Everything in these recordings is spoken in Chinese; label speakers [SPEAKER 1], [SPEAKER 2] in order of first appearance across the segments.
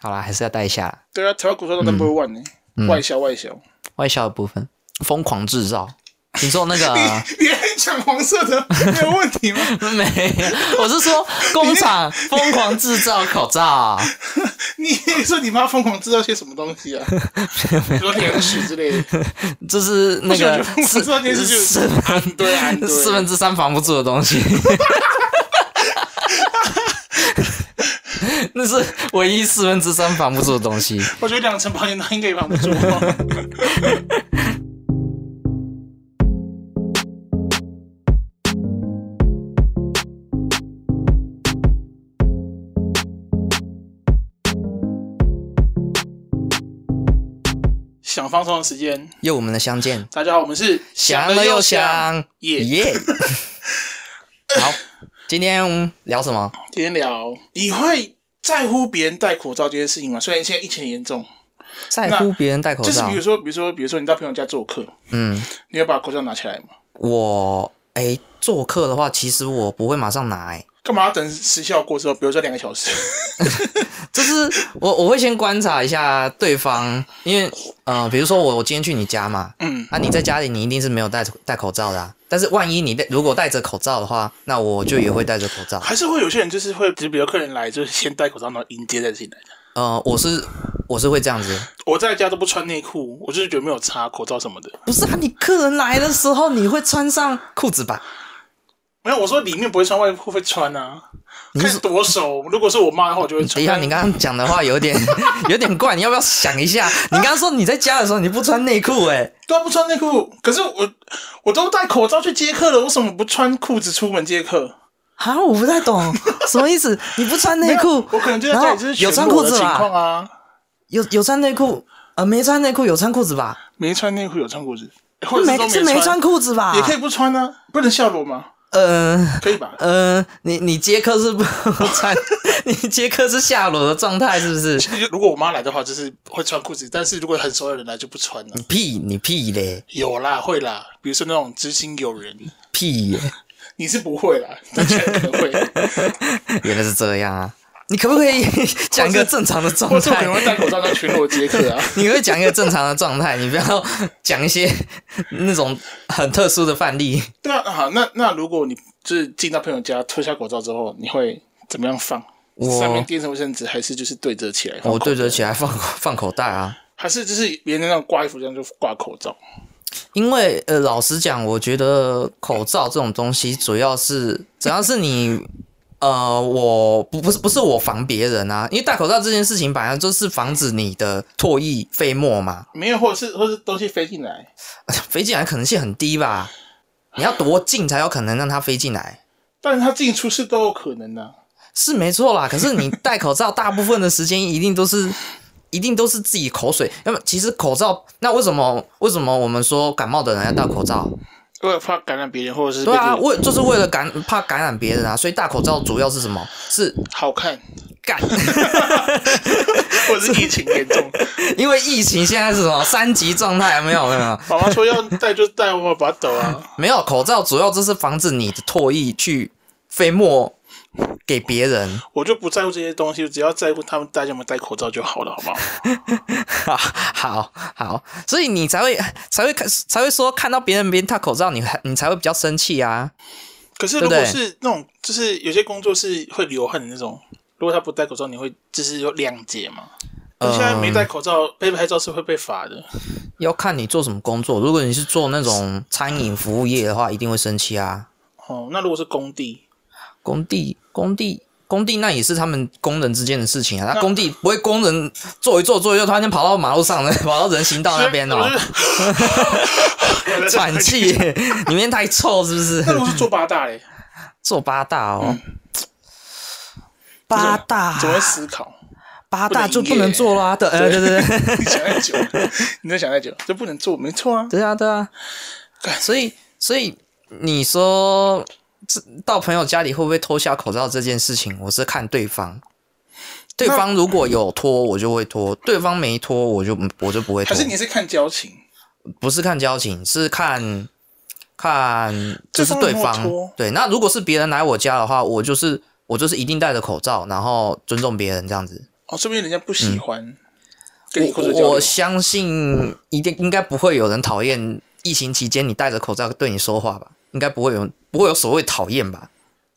[SPEAKER 1] 好啦，还是要带一下啦
[SPEAKER 2] 对啊，台湾股票都 number one 呢、
[SPEAKER 1] 嗯
[SPEAKER 2] 外销外销。
[SPEAKER 1] 外销的部分，疯狂制 造。你说那个
[SPEAKER 2] 你还讲黄 色的没有问题吗？
[SPEAKER 1] 没？我是说工厂疯狂制造口罩，
[SPEAKER 2] 你说你妈疯狂制造些什么 东西啊？比如说粮食之类的，
[SPEAKER 1] 就是那个
[SPEAKER 2] 不是我觉得我知道这件事情
[SPEAKER 1] 四分
[SPEAKER 2] 对啊，对
[SPEAKER 1] 四分之三防不住的东 西。那是唯一四分之三防不住的东西。
[SPEAKER 2] 我觉得两层保险套应该也绑不住。哦想放松的时间，
[SPEAKER 1] 又我们的相见，
[SPEAKER 2] 大家好，我们是
[SPEAKER 1] 想了又想，
[SPEAKER 2] 耶
[SPEAKER 1] 耶！好，今天聊什么？
[SPEAKER 2] 今天聊，你会在乎别人戴口罩这件事情吗？虽然现在疫情很严重，
[SPEAKER 1] 在乎别人戴口
[SPEAKER 2] 就是
[SPEAKER 1] 罩
[SPEAKER 2] 比如？说，比如说，比如说你到朋友家做客，
[SPEAKER 1] 嗯，
[SPEAKER 2] 你要把口罩拿起来吗？
[SPEAKER 1] 我哎、做客的话，其实我不会马上拿、欸，
[SPEAKER 2] 干嘛要等时效过之后，比如说两个小时？
[SPEAKER 1] 就是我我会先观察一下对方，因为呃，比如说我我今天去你家嘛，啊
[SPEAKER 2] 嗯，
[SPEAKER 1] 那、你在家里你一定是没有戴戴口罩的、啊，但是万一你戴如果戴着口罩的话，那我就也会戴着口罩。
[SPEAKER 2] 还是会有些人就是会，就是比如客人来，就是先戴口罩，然后迎接再进来。
[SPEAKER 1] 呃，我是我是会这样子，
[SPEAKER 2] 我在家都不穿内裤，我就是觉得没有擦口罩什么的。
[SPEAKER 1] 不是啊，你客人来的时候你会穿上裤子吧？
[SPEAKER 2] 没有，我说里面不会穿，外裤会穿啊。
[SPEAKER 1] 你是
[SPEAKER 2] 看多熟，如果是我妈的话，我就会
[SPEAKER 1] 等
[SPEAKER 2] 穿。
[SPEAKER 1] 一下，哎你刚刚讲的话有点 有点怪，你要不要想一下？你刚刚说你在家的时候你不穿内裤、欸，
[SPEAKER 2] 都啊不穿内裤，可是我我都戴口罩去接客了，为什么不穿裤子出门接客？
[SPEAKER 1] 啊，我不太懂什么意思？你不穿
[SPEAKER 2] 没
[SPEAKER 1] 内
[SPEAKER 2] 有
[SPEAKER 1] 裤，
[SPEAKER 2] 我可能就在
[SPEAKER 1] 然
[SPEAKER 2] 家
[SPEAKER 1] 后
[SPEAKER 2] 里就是
[SPEAKER 1] 有
[SPEAKER 2] 全
[SPEAKER 1] 穿
[SPEAKER 2] 裸
[SPEAKER 1] 裤
[SPEAKER 2] 的
[SPEAKER 1] 子
[SPEAKER 2] 情况
[SPEAKER 1] 吧？
[SPEAKER 2] 啊。
[SPEAKER 1] 有有穿内裤，呃，没穿内裤，有穿裤子吧？
[SPEAKER 2] 没穿内裤有穿裤子，或者是
[SPEAKER 1] 没
[SPEAKER 2] 都
[SPEAKER 1] 是
[SPEAKER 2] 没
[SPEAKER 1] 没穿，裤子吧？
[SPEAKER 2] 也可以不穿呢、不能笑裸吗？
[SPEAKER 1] 呃
[SPEAKER 2] 可以吧？
[SPEAKER 1] 呃，你你接客是不穿， 你接客是下裸的状态是不是？
[SPEAKER 2] 就如果我妈来的话，就是会穿裤子，但是如果很熟的人来就不穿了。
[SPEAKER 1] 屁你屁嘞
[SPEAKER 2] 有啦，会啦，比如说那种知心友人，
[SPEAKER 1] 屁耶，
[SPEAKER 2] 你是不会啦，但是可能 会，
[SPEAKER 1] 原来是这样啊！你可不可以讲一个正常的
[SPEAKER 2] 或
[SPEAKER 1] 状
[SPEAKER 2] 者我可
[SPEAKER 1] 态？
[SPEAKER 2] 能会戴口罩当全裸接客啊。
[SPEAKER 1] 你会讲一个正常的状态，你不要讲一些那种很特殊的范例。
[SPEAKER 2] 对啊，好，那那如果你就是进到朋友家脱下口罩之后，你会怎么样放？
[SPEAKER 1] 我
[SPEAKER 2] 上面垫上卫生纸，还是就是对折起来？
[SPEAKER 1] 我对折起来放放口袋啊。
[SPEAKER 2] 还是就是别人那种挂衣服这样就挂口罩？
[SPEAKER 1] 因为呃，老实讲，我觉得口罩这种东西，主要是只要是你，呃，我不不是不是我防别人啊，因为戴口罩这件事情本来就是防止你的唾液、飞沫嘛，
[SPEAKER 2] 没有，或者是或者是东西飞进来，
[SPEAKER 1] 飞进来可能性很低吧？你要多近才有可能让它飞进来？
[SPEAKER 2] 但是他进出是都有可能的、
[SPEAKER 1] 是没错啦，可是你戴口罩大部分的时间一定都是。 一定都是自己口水，那么其实口罩，那为什么为什么我们说感冒的人要戴口罩？
[SPEAKER 2] 为了怕感染别人，或者是
[SPEAKER 1] 对啊，
[SPEAKER 2] 被这个
[SPEAKER 1] 为就是为了感怕感染别人啊，所以戴口罩主要是什么？ 是
[SPEAKER 2] 好看，
[SPEAKER 1] 干，
[SPEAKER 2] 或者是疫情严重，
[SPEAKER 1] 因为疫情现在是什么三级状态？没有没有没有
[SPEAKER 2] 妈妈说要戴就戴，我把它抖啊。
[SPEAKER 1] 没有，口罩主要就是防止你的唾液去飞沫给别人。
[SPEAKER 2] 我就不在乎这些东西，我只要在乎他们戴有没有戴口罩就好了，好不好？
[SPEAKER 1] 好好好，所以你才会才会看才会说看到别人别人戴口罩，你还你才会比较生气啊。
[SPEAKER 2] 可是如果
[SPEAKER 1] 对不对
[SPEAKER 2] 是那种，就是有些工作是会流汗的那种，如果他不戴口罩，你会就是有谅解嘛？
[SPEAKER 1] 嗯
[SPEAKER 2] 现在没戴口罩被拍照是会被罚的，
[SPEAKER 1] 要看你做什么工作，如果你是做那种餐饮服务业的话，一定会生气啊。
[SPEAKER 2] 哦。那如果是工地，
[SPEAKER 1] 工地，工地，工地，那也是他们工人之间的事情啊。那工地不会工人做一做做一做，突然间跑到马路上了， 跑到人行道那边哦、
[SPEAKER 2] 我就是
[SPEAKER 1] 喘气，里面太臭是不是？
[SPEAKER 2] 那如果是做八大嘞，
[SPEAKER 1] 做八大哦，八大
[SPEAKER 2] 嗯怎，么会思考？
[SPEAKER 1] 八大就不能做啦、对，呃，对对对，
[SPEAKER 2] 你想太久了，你在想太久了，这不能做，没错啊。
[SPEAKER 1] 对啊对啊。所以所以你说这到朋友家里会不会脱下口罩这件事情，我是看对方。对方如果有脱，我就会脱；对方没脱，我就我就不会
[SPEAKER 2] 还
[SPEAKER 1] 脱。
[SPEAKER 2] 是你是看交情？
[SPEAKER 1] 不是看交情，是看看就是对
[SPEAKER 2] 对方有没有
[SPEAKER 1] 方
[SPEAKER 2] 脱
[SPEAKER 1] 对。那如果是别人来我家的话，我就是我就是一定戴着口罩，然后尊重别人这样子。
[SPEAKER 2] 哦，说不定人家不喜欢跟你口水
[SPEAKER 1] 嗯我
[SPEAKER 2] 交流
[SPEAKER 1] 我相信一定应该不会有人讨厌疫情期间你戴着口罩对你说话吧？应该不会有不会有所谓讨厌吧？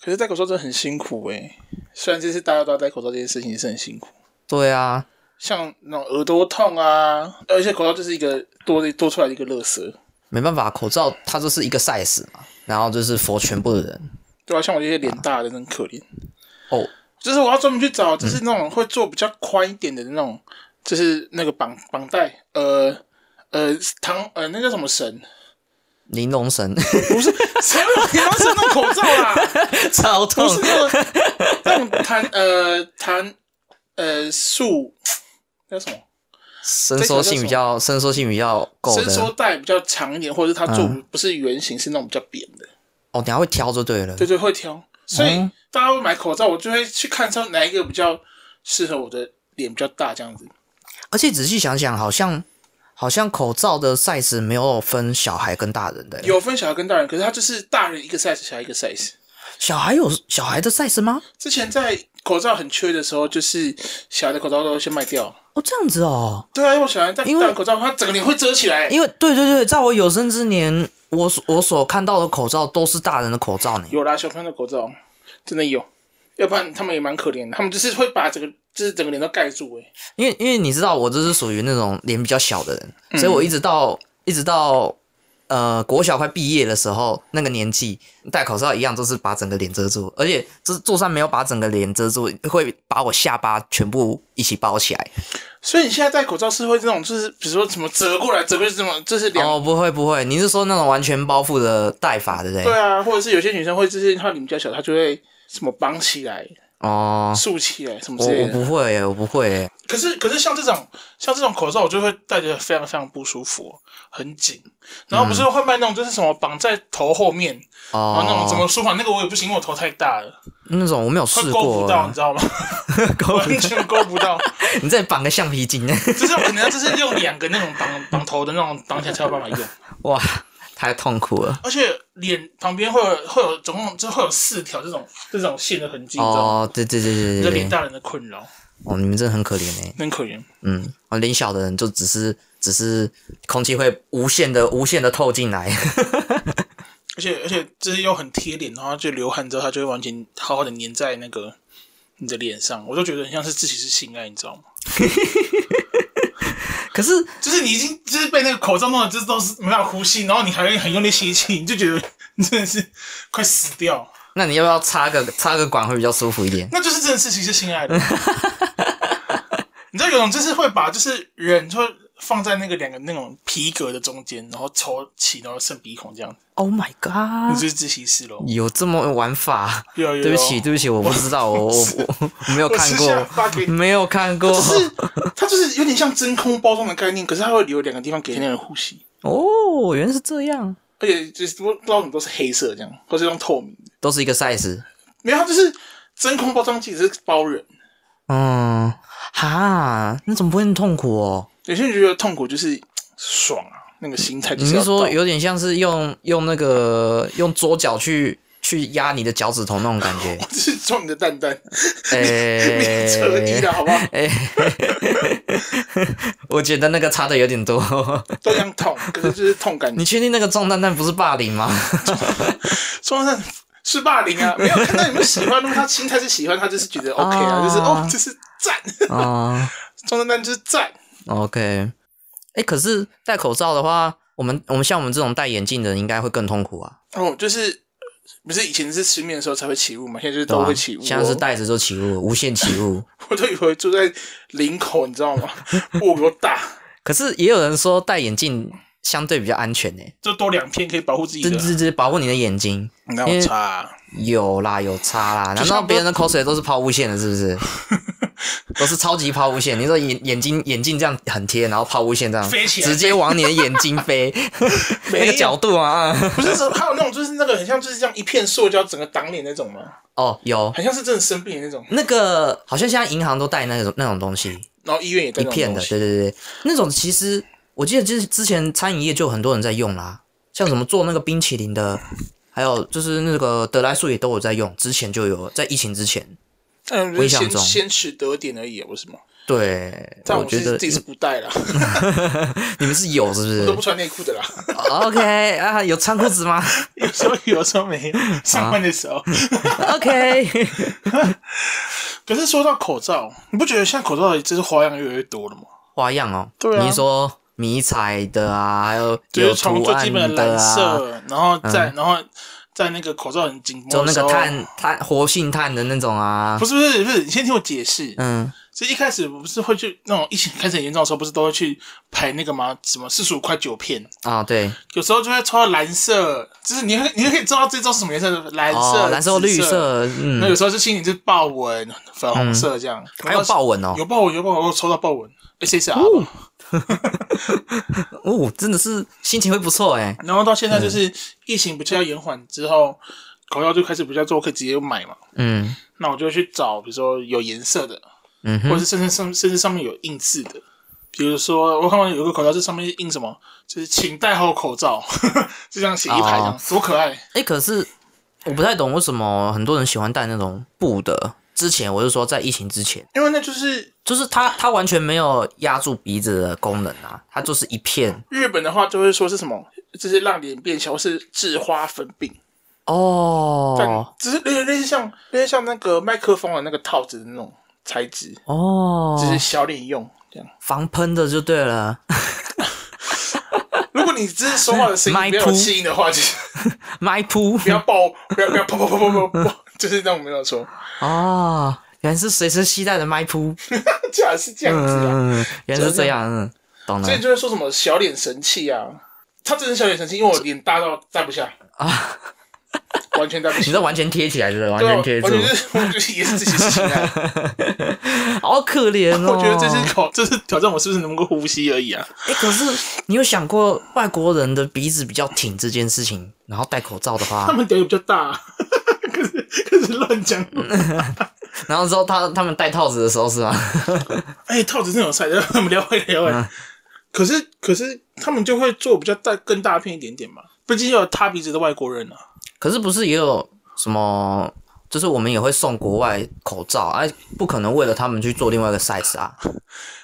[SPEAKER 2] 可是戴口罩真的很辛苦诶、虽然这次大家都要戴口罩，这件事情也是很辛苦。
[SPEAKER 1] 对啊，
[SPEAKER 2] 像那种耳朵痛啊，而且口罩就是一个多的多出来的一个乐色，
[SPEAKER 1] 没办法，口罩它就是一个 size 嘛，然后就是佛全部的人
[SPEAKER 2] 对啊吧、像我这些脸大的，真可怜。
[SPEAKER 1] 哦，
[SPEAKER 2] 就是我要专门去找，就是那种会做比较宽一点的那种，就是那个绑绑带，呃呃糖呃那叫什么绳？
[SPEAKER 1] 玲珑 神
[SPEAKER 2] 不是，谁会给他绳弄口罩啦、
[SPEAKER 1] 超痛
[SPEAKER 2] 不，是那种那种弹呃弹呃束那叫什么？
[SPEAKER 1] 伸缩性比较伸缩性比较够
[SPEAKER 2] 伸缩
[SPEAKER 1] 的
[SPEAKER 2] 带比较长一点，或者是它做不是圆形，是那种比较扁的。
[SPEAKER 1] 哦，你还会挑就对了。
[SPEAKER 2] 对对，会挑。所以
[SPEAKER 1] 嗯
[SPEAKER 2] 大家会买口罩，我就会去看上哪一个比较适合我的脸比较大这样子。
[SPEAKER 1] 而且仔细想想，好像好像口罩的 size 没有分小孩跟大人的，欸
[SPEAKER 2] 有分小孩跟大人，可是它就是大人一个 size，小孩一个 size。
[SPEAKER 1] 小孩有小孩的 size 吗？
[SPEAKER 2] 之前在口罩很缺的时候，就是小孩的口罩都先卖掉。
[SPEAKER 1] 哦，这样子哦，
[SPEAKER 2] 对啊，因为小孩戴大
[SPEAKER 1] 因为
[SPEAKER 2] 人口罩，他整个脸会遮起来。
[SPEAKER 1] 因为对对对，在我有生之年，我所我所看到的口罩都是大人的口罩呢。
[SPEAKER 2] 有啦，小朋友的口罩真的有，要不然他们也蛮可怜的。他们就是会把整个就是整个脸都盖住、欸，
[SPEAKER 1] 因为因为你知道，我就是属于那种脸比较小的
[SPEAKER 2] 嗯
[SPEAKER 1] 人，所以我一直到一直到呃国小快毕业的时候，那个年纪戴口罩一样，就是把整个脸遮住，而且这就算没有把整个脸遮住，会把我下巴全部一起包起来。
[SPEAKER 2] 所以你现在戴口罩是会这种，就是比如说什么折过来，折过去什么，就是两、
[SPEAKER 1] 哦，不会不会，你是说那种完全包覆的戴法，对不对？
[SPEAKER 2] 对啊，或者是有些女生会就是她脸比较小，她就会什么绑起来、
[SPEAKER 1] 哦，
[SPEAKER 2] 竖起来什么
[SPEAKER 1] 我
[SPEAKER 2] 之类
[SPEAKER 1] 我
[SPEAKER 2] 的。
[SPEAKER 1] 不会耶，我不会耶。
[SPEAKER 2] 可是可是像这种像这种口罩，我就会戴着非常非常不舒服，很紧。然后不是会卖那种就是什么绑在头后面，然后那种什
[SPEAKER 1] 哦，
[SPEAKER 2] 么舒缓，那个我也不行，因为我头太大了，
[SPEAKER 1] 那种我没有
[SPEAKER 2] 它
[SPEAKER 1] 试
[SPEAKER 2] 勾
[SPEAKER 1] 过
[SPEAKER 2] 不到，你
[SPEAKER 1] 耶，
[SPEAKER 2] 知道吗？ 完全勾不到，
[SPEAKER 1] 你再绑个橡皮筋，
[SPEAKER 2] 就是可能就是用两个那种绑 绑头的那种绑起来才有办法用。
[SPEAKER 1] 哇，太痛苦了。
[SPEAKER 2] 而且脸旁边会有会有总共就会有四条这种这种线的痕迹，你知道吗？
[SPEAKER 1] 哦，对对对对
[SPEAKER 2] 这
[SPEAKER 1] 对
[SPEAKER 2] 脸
[SPEAKER 1] 对，
[SPEAKER 2] 大人的困扰，
[SPEAKER 1] 哦，你们真的很可怜哎。
[SPEAKER 2] 很可怜。
[SPEAKER 1] 嗯，啊脸小的人就只是只是空气会无限的无限的透进来，
[SPEAKER 2] 而且而且这是又很贴脸，然后就流汗之后，它就会完全好好的粘在那个你的脸上，我就觉得很像是自己是性爱，你知道吗？
[SPEAKER 1] 可是
[SPEAKER 2] 就是你已经就是被那个口罩弄得就是都是没办法呼吸，然后你还会很用力吸气，你就觉得你真的是快死掉。
[SPEAKER 1] 那你要不要插个插个管会比较舒服一点？
[SPEAKER 2] 那就是真的是其实性爱的。 你知道有种就是会把就是人就会放在那个两个那种皮革的中间，然后抽起，然后剩鼻孔这样，
[SPEAKER 1] Oh my
[SPEAKER 2] 你
[SPEAKER 1] god！
[SPEAKER 2] 就是自习室咯。
[SPEAKER 1] 有这么玩法？
[SPEAKER 2] 有有有
[SPEAKER 1] 对不起，对不起，我不知道，我我我我没有
[SPEAKER 2] 我
[SPEAKER 1] 看
[SPEAKER 2] 私下
[SPEAKER 1] 过，
[SPEAKER 2] 发给你。
[SPEAKER 1] 没有看过
[SPEAKER 2] 就是
[SPEAKER 1] 哦
[SPEAKER 2] 它就是有点像真空包装的概念，可是它会留两个地方给那个人呼吸，
[SPEAKER 1] 哦，原来是这样，
[SPEAKER 2] 而且就是不不知道怎么都是黑色这样，或是用透明的。
[SPEAKER 1] 都是一个 size。
[SPEAKER 2] 没有，它就是真空包装，其实是包人。
[SPEAKER 1] 嗯，哈，那怎么不会那么痛苦哦？
[SPEAKER 2] 有些人觉得痛苦就是爽啊，那个心态就
[SPEAKER 1] 你
[SPEAKER 2] 是要
[SPEAKER 1] 是说
[SPEAKER 2] 到
[SPEAKER 1] 有点像是用用那个用桌脚去去压你的脚趾头那种感觉？
[SPEAKER 2] 就是撞你的蛋蛋，
[SPEAKER 1] 哎
[SPEAKER 2] 免扯衣了，好不好？
[SPEAKER 1] 哎、 我觉得那个差的有点 多。
[SPEAKER 2] 都一样痛，可是就是痛感。
[SPEAKER 1] 你确定那个撞蛋蛋不是霸凌吗？
[SPEAKER 2] 说上是霸凌啊，没有看到你们喜欢，那么他心态是喜欢，他就是 觉得 OK 啊，
[SPEAKER 1] 啊
[SPEAKER 2] 就是哦，就是 赞，
[SPEAKER 1] 啊、
[SPEAKER 2] 撞蛋蛋就是赞。
[SPEAKER 1] o k 哎、可是戴口罩的话，我们我们像我们这种戴眼镜的，应该会更痛苦啊，
[SPEAKER 2] 哦，就是不是以前是失眠的时候才会起雾嘛，现在就是
[SPEAKER 1] 对
[SPEAKER 2] 都
[SPEAKER 1] 吧
[SPEAKER 2] 会起雾、哦。
[SPEAKER 1] 现在是戴着就起雾，无限起雾。
[SPEAKER 2] 我都以为住在林口，你知道吗？ 雾多大，
[SPEAKER 1] 可是也有人说戴眼镜相对比较安全呢、欸
[SPEAKER 2] 就多两片可以保护自己
[SPEAKER 1] 这
[SPEAKER 2] 的。
[SPEAKER 1] 这这保护你的眼睛。
[SPEAKER 2] 哪有差、啊？
[SPEAKER 1] 有啦，有差啦。
[SPEAKER 2] 就
[SPEAKER 1] 难
[SPEAKER 2] 像
[SPEAKER 1] 道别人的口水都是抛物线的，是不是？ 都是超级抛物线。你说眼眼睛眼镜这样很贴，然后抛物线这样
[SPEAKER 2] 飞起来
[SPEAKER 1] 直接往你的眼睛 飞，
[SPEAKER 2] 没有
[SPEAKER 1] 那个角度啊。
[SPEAKER 2] 不是说还有那种就是那个很像就是这样一片塑胶整个挡脸那种吗？
[SPEAKER 1] 哦，有
[SPEAKER 2] 很像是真的生病的那种，
[SPEAKER 1] 那个好像现在银行都带那种那种东西，
[SPEAKER 2] 然后医院也在
[SPEAKER 1] 一
[SPEAKER 2] 那
[SPEAKER 1] 片
[SPEAKER 2] 种
[SPEAKER 1] 的，
[SPEAKER 2] 东西。
[SPEAKER 1] 对对对，那种其实我记得就是之前餐饮业就有很多人在用啦，像什么做那个冰淇淋的，还有就是那个德莱素也都有在用，之前就有在疫情之前。
[SPEAKER 2] 嗯，就
[SPEAKER 1] 我
[SPEAKER 2] 是
[SPEAKER 1] 印象
[SPEAKER 2] 先
[SPEAKER 1] 中
[SPEAKER 2] 先取得点而已，不是吗？
[SPEAKER 1] 对，
[SPEAKER 2] 但
[SPEAKER 1] 我
[SPEAKER 2] 我
[SPEAKER 1] 觉
[SPEAKER 2] 是
[SPEAKER 1] 得
[SPEAKER 2] 自己是不带啦，
[SPEAKER 1] 你们是有是不
[SPEAKER 2] 我 都不
[SPEAKER 1] 是
[SPEAKER 2] 穿内裤 的啦。
[SPEAKER 1] ？OK 啊，有穿裤子 吗
[SPEAKER 2] 有时候有，有时候没有。上班的时
[SPEAKER 1] 啊
[SPEAKER 2] 候，
[SPEAKER 1] ？OK，
[SPEAKER 2] 可是说到口罩，你不觉得现在口罩的就是花样越来越多了吗？
[SPEAKER 1] 花样哦。
[SPEAKER 2] 对啊
[SPEAKER 1] 你说迷彩的啊，还有
[SPEAKER 2] 就是
[SPEAKER 1] 有
[SPEAKER 2] 从
[SPEAKER 1] 图
[SPEAKER 2] 最
[SPEAKER 1] 案
[SPEAKER 2] 基本的
[SPEAKER 1] 的
[SPEAKER 2] 蓝
[SPEAKER 1] 啊，
[SPEAKER 2] 色，然后再、然后在那个口罩很紧
[SPEAKER 1] 就
[SPEAKER 2] 绷
[SPEAKER 1] 那
[SPEAKER 2] 的时
[SPEAKER 1] 个
[SPEAKER 2] 候，
[SPEAKER 1] 碳碳活性炭的那种啊
[SPEAKER 2] 不。是不是不是，你先听我解释。
[SPEAKER 1] 嗯，
[SPEAKER 2] 所以一开始不是会去那种疫情开始很严重的时候，不是都会去排那个吗？什么四十五块九片，
[SPEAKER 1] 啊、对，
[SPEAKER 2] 有时候就会抽到蓝色，就是你会你会可以知道这周是什么颜色，蓝色、
[SPEAKER 1] 哦，蓝色、
[SPEAKER 2] 紫
[SPEAKER 1] 绿
[SPEAKER 2] 色。
[SPEAKER 1] 色，嗯，
[SPEAKER 2] 那有时候是心里就是豹纹、粉红色这样，
[SPEAKER 1] 还有豹纹哦，
[SPEAKER 2] 有豹纹有豹纹，我有抽到豹纹，S S R 吧。
[SPEAKER 1] 哦，真的是心情会不错哎。
[SPEAKER 2] 然后到现在就是疫情比较延缓之后，口罩就开始比较多，可以直接买嘛。
[SPEAKER 1] 嗯
[SPEAKER 2] 那我就会去找，比如说有颜色的，
[SPEAKER 1] 嗯
[SPEAKER 2] 或者
[SPEAKER 1] 哼，
[SPEAKER 2] 是甚至上甚至上面有印字的，比如说我看到有个口罩，这上面印什么，就是请戴好口罩， 就这样写一排，这样、
[SPEAKER 1] 哦
[SPEAKER 2] 多可爱！
[SPEAKER 1] 哎、可是我不太懂为什么很多人喜欢戴那种布的。之前我是说在疫情之前，
[SPEAKER 2] 因为那就是
[SPEAKER 1] 就是它它完全没有压住鼻子的功能啊，它就是一片
[SPEAKER 2] 日本的话就会说是什么，就是让脸变小，或是治花粉病，但
[SPEAKER 1] 哦
[SPEAKER 2] 只是有点类似像类似像那个麦克风的那个套子的那种材质，
[SPEAKER 1] 哦
[SPEAKER 2] 只，是小脸用这样。
[SPEAKER 1] 防喷的就对了。
[SPEAKER 2] 如果你只是说话的声
[SPEAKER 1] My
[SPEAKER 2] 音没有
[SPEAKER 1] poo
[SPEAKER 2] 气音的话，就是
[SPEAKER 1] 麦扑
[SPEAKER 2] 不要 爆，不要不要砰砰砰砰砰砰，就是那种没有错，
[SPEAKER 1] 哦，原来是随身携带的麦扑，
[SPEAKER 2] 竟然是这样子啊！
[SPEAKER 1] 嗯，原来是这样，嗯，懂了
[SPEAKER 2] 所以就会说什么小脸神器啊，他真的是小脸神器，因为我脸大到戴不下
[SPEAKER 1] 啊，
[SPEAKER 2] 完全戴不
[SPEAKER 1] 你
[SPEAKER 2] 下。
[SPEAKER 1] 这完全贴起来是不是完
[SPEAKER 2] 对啊，
[SPEAKER 1] 全
[SPEAKER 2] 完
[SPEAKER 1] 贴
[SPEAKER 2] 全
[SPEAKER 1] 住，
[SPEAKER 2] 是，我就是也是自己的心啊。
[SPEAKER 1] 好可怜哦。
[SPEAKER 2] 我觉得这是考，这是挑战我是不是能够呼吸而已啊。
[SPEAKER 1] 哎、可是你有想过外国人的鼻子比较挺这件事情，然后戴口罩的
[SPEAKER 2] 他
[SPEAKER 1] 话，
[SPEAKER 2] 们屌也比较大、 啊，可是可是乱讲。
[SPEAKER 1] 然后之后他他们戴套子的时候是吗？
[SPEAKER 2] 哎、套子真的有赛， 我们聊回聊回。可是可是他们就会做比较大更大片一点点嘛，毕竟要有塌鼻子的外国人啊。
[SPEAKER 1] 可是不是也有什么？就是我们也会送国外口罩，哎、不可能为了他们去做另外一个 size 啊。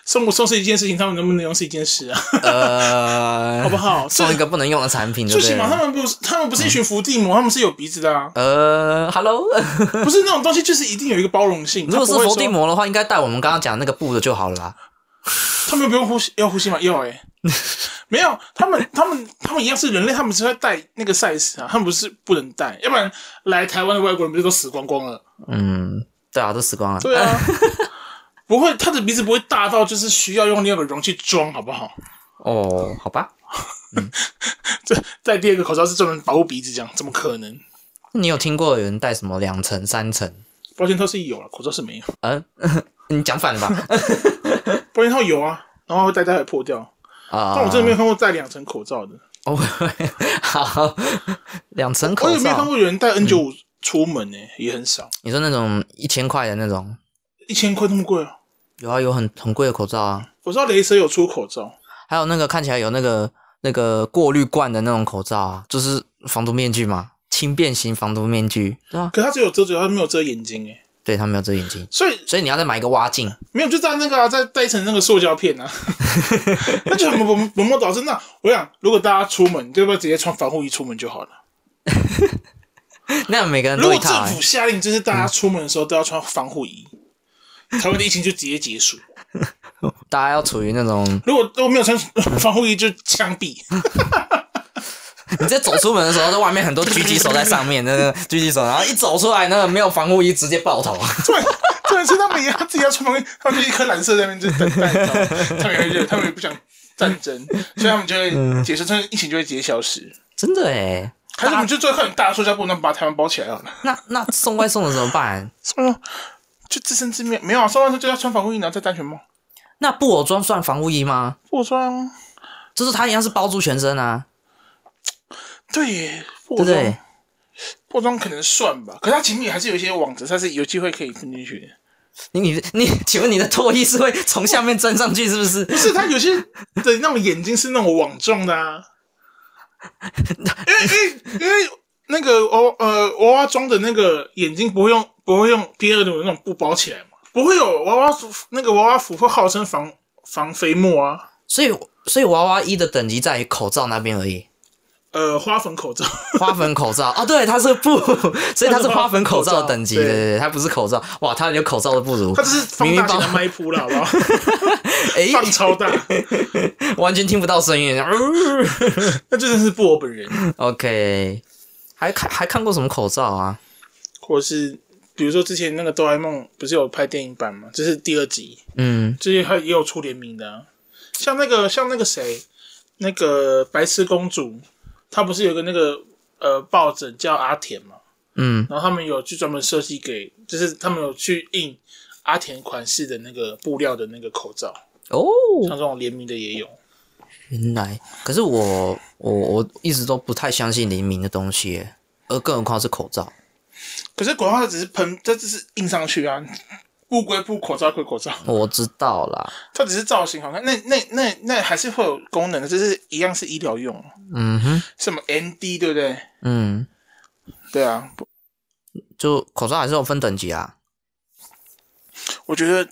[SPEAKER 2] 送不送是一件事情，他们能不能用是一件事啊，
[SPEAKER 1] 呃，
[SPEAKER 2] 好不好？最
[SPEAKER 1] 送一个不能用的产品，对嗯
[SPEAKER 2] 最
[SPEAKER 1] 不
[SPEAKER 2] 起
[SPEAKER 1] 对
[SPEAKER 2] 码？他们不是他们不是一群伏地魔，他们是有鼻子 的啊。
[SPEAKER 1] 呃，Hello，
[SPEAKER 2] 不是那种东西，就是一定有一个包 容性。
[SPEAKER 1] 如果是
[SPEAKER 2] 他不会
[SPEAKER 1] 伏
[SPEAKER 2] 说
[SPEAKER 1] 地，魔的话，应该戴我们刚刚讲的那个布的就好了啦。
[SPEAKER 2] 他们不用呼吸，要 呼吸吗？要哎、没有，他们他们他们一样是人类，他们是在带那个 size 啊，他们不是不能带，要不然来台湾的外国人不是都死光光了？
[SPEAKER 1] 嗯，对啊，都死光了。
[SPEAKER 2] 对 啊，不会，他的鼻子不会大到就是需要用另外一个容器装，好不好？
[SPEAKER 1] 哦，好吧，
[SPEAKER 2] 这戴第二个口罩是专门保护鼻子，这样怎么可能？
[SPEAKER 1] 你有听过有人戴什么两层、三层？
[SPEAKER 2] 保险套是有了，啊口罩是没有。
[SPEAKER 1] 嗯、你讲反了吧？
[SPEAKER 2] 保险套有啊，然后会戴戴会破掉，
[SPEAKER 1] 啊、
[SPEAKER 2] 但我真的没有看过戴两层口罩的，
[SPEAKER 1] 哦， 好，两层
[SPEAKER 2] 我
[SPEAKER 1] 口
[SPEAKER 2] 也没有看
[SPEAKER 1] 罩，
[SPEAKER 2] 过有人戴 N 九五出门呢、也很少。
[SPEAKER 1] 你说那种一千块的那种，
[SPEAKER 2] 一千块那么贵啊！
[SPEAKER 1] 有啊，有很很贵的口罩啊，
[SPEAKER 2] 我知道雷蛇有出口罩，
[SPEAKER 1] 还有那个看起来有那个那个过滤罐的那种口罩啊，就是防毒面具嘛，轻便型防毒面具，对啊，
[SPEAKER 2] 可它只有遮嘴，它没有遮眼睛哎，
[SPEAKER 1] 对，它没有遮眼睛，
[SPEAKER 2] 所以
[SPEAKER 1] 所以你要再买一个蛙镜，
[SPEAKER 2] 没有就戴那个啊，再戴一层那个塑胶片啊， 那就很本本末倒置。那我想，如果大家出门，就不要直接穿防护衣出门就好了。
[SPEAKER 1] 那每个人
[SPEAKER 2] 如
[SPEAKER 1] 都
[SPEAKER 2] 果
[SPEAKER 1] 一套、
[SPEAKER 2] 政
[SPEAKER 1] 欸
[SPEAKER 2] 府，下令，就是大家出门的时候都要穿防护衣，台湾的疫情就直接结束。
[SPEAKER 1] 大家要处于那种
[SPEAKER 2] 如果如果没有穿防护衣，就枪毙。
[SPEAKER 1] 你在走出门的时候，在外面很多狙击手在上面，那个狙击手，然后一走出来，那个没有防护衣直接爆头，啊
[SPEAKER 2] 对，对，是他们也要自己要穿防护衣，他们就一颗蓝色在那边就是等待，你知道吗他们也就他们也不想战争，所以他们就会结束，这疫情就会直接消失。
[SPEAKER 1] 真的哎、
[SPEAKER 2] 还是我们就最嗯后很大的塑胶布，那把台湾包起来好了。
[SPEAKER 1] 那那送外送的怎么办？
[SPEAKER 2] 哎呦，就自生自灭，没有啊！送完之后就要穿防护衣，然后再戴全帽。
[SPEAKER 1] 那布偶装算防护衣吗？
[SPEAKER 2] 布装，
[SPEAKER 1] 就是它一样是包住全身啊，
[SPEAKER 2] 对耶，布
[SPEAKER 1] 对不
[SPEAKER 2] 装
[SPEAKER 1] 对，？
[SPEAKER 2] 布装可能算吧，可是它前面还是有一些网子，它是有机会可以吞进去的。
[SPEAKER 1] 你你你，请问你的唾液是会从下面钻上去是不是？
[SPEAKER 2] 不是，它有些的那种眼睛是那种网状的啊，因为因为因为那个娃呃娃娃装的那个眼睛不会用不会用 P 二的那种布包起来嘛，不会有娃娃腐那个娃娃腐会号称防防飞沫啊，
[SPEAKER 1] 所以所以娃娃衣的等级在于口罩那边而已，
[SPEAKER 2] 呃，花粉口罩，
[SPEAKER 1] 花粉口罩 啊，对，它是布，所以它是花粉口罩的等级，
[SPEAKER 2] 对
[SPEAKER 1] 对对对，它不是口罩，哇，它连口罩都不如
[SPEAKER 2] 它，这是放大型的麦扑了，好不好？
[SPEAKER 1] 哎，
[SPEAKER 2] 放超大，
[SPEAKER 1] 完全听不到声音。 呃
[SPEAKER 2] 那就真是布偶本人，
[SPEAKER 1] OK，还看还看过什么口罩啊？
[SPEAKER 2] 或者是比如说之前那个哆啦 A 梦不是有拍电影版吗？这是第二集，
[SPEAKER 1] 嗯，
[SPEAKER 2] 这些还也有出联名的、啊，像那个像那个谁，那个白痴公主，她不是有个那个呃抱枕叫阿田嘛？
[SPEAKER 1] 嗯，
[SPEAKER 2] 然后他们有去专门设计给，就是他们有去印阿田款式的那个布料的那个口罩，
[SPEAKER 1] 哦，
[SPEAKER 2] 像这种联名的也有。
[SPEAKER 1] 原来，可是我我我一直都不太相信联名的东西耶，呃，更何况是口罩。
[SPEAKER 2] 可是口罩只是喷，这只是印上去啊，布归布，口罩归口罩，
[SPEAKER 1] 我知道啦，
[SPEAKER 2] 它只是造型好看。那那那那还是会有功能的，这是一样是医疗用，
[SPEAKER 1] 嗯哼，
[SPEAKER 2] 什么 ND 对不对？
[SPEAKER 1] 嗯，
[SPEAKER 2] 对啊，不
[SPEAKER 1] 就口罩还是有分等级啊。
[SPEAKER 2] 我觉得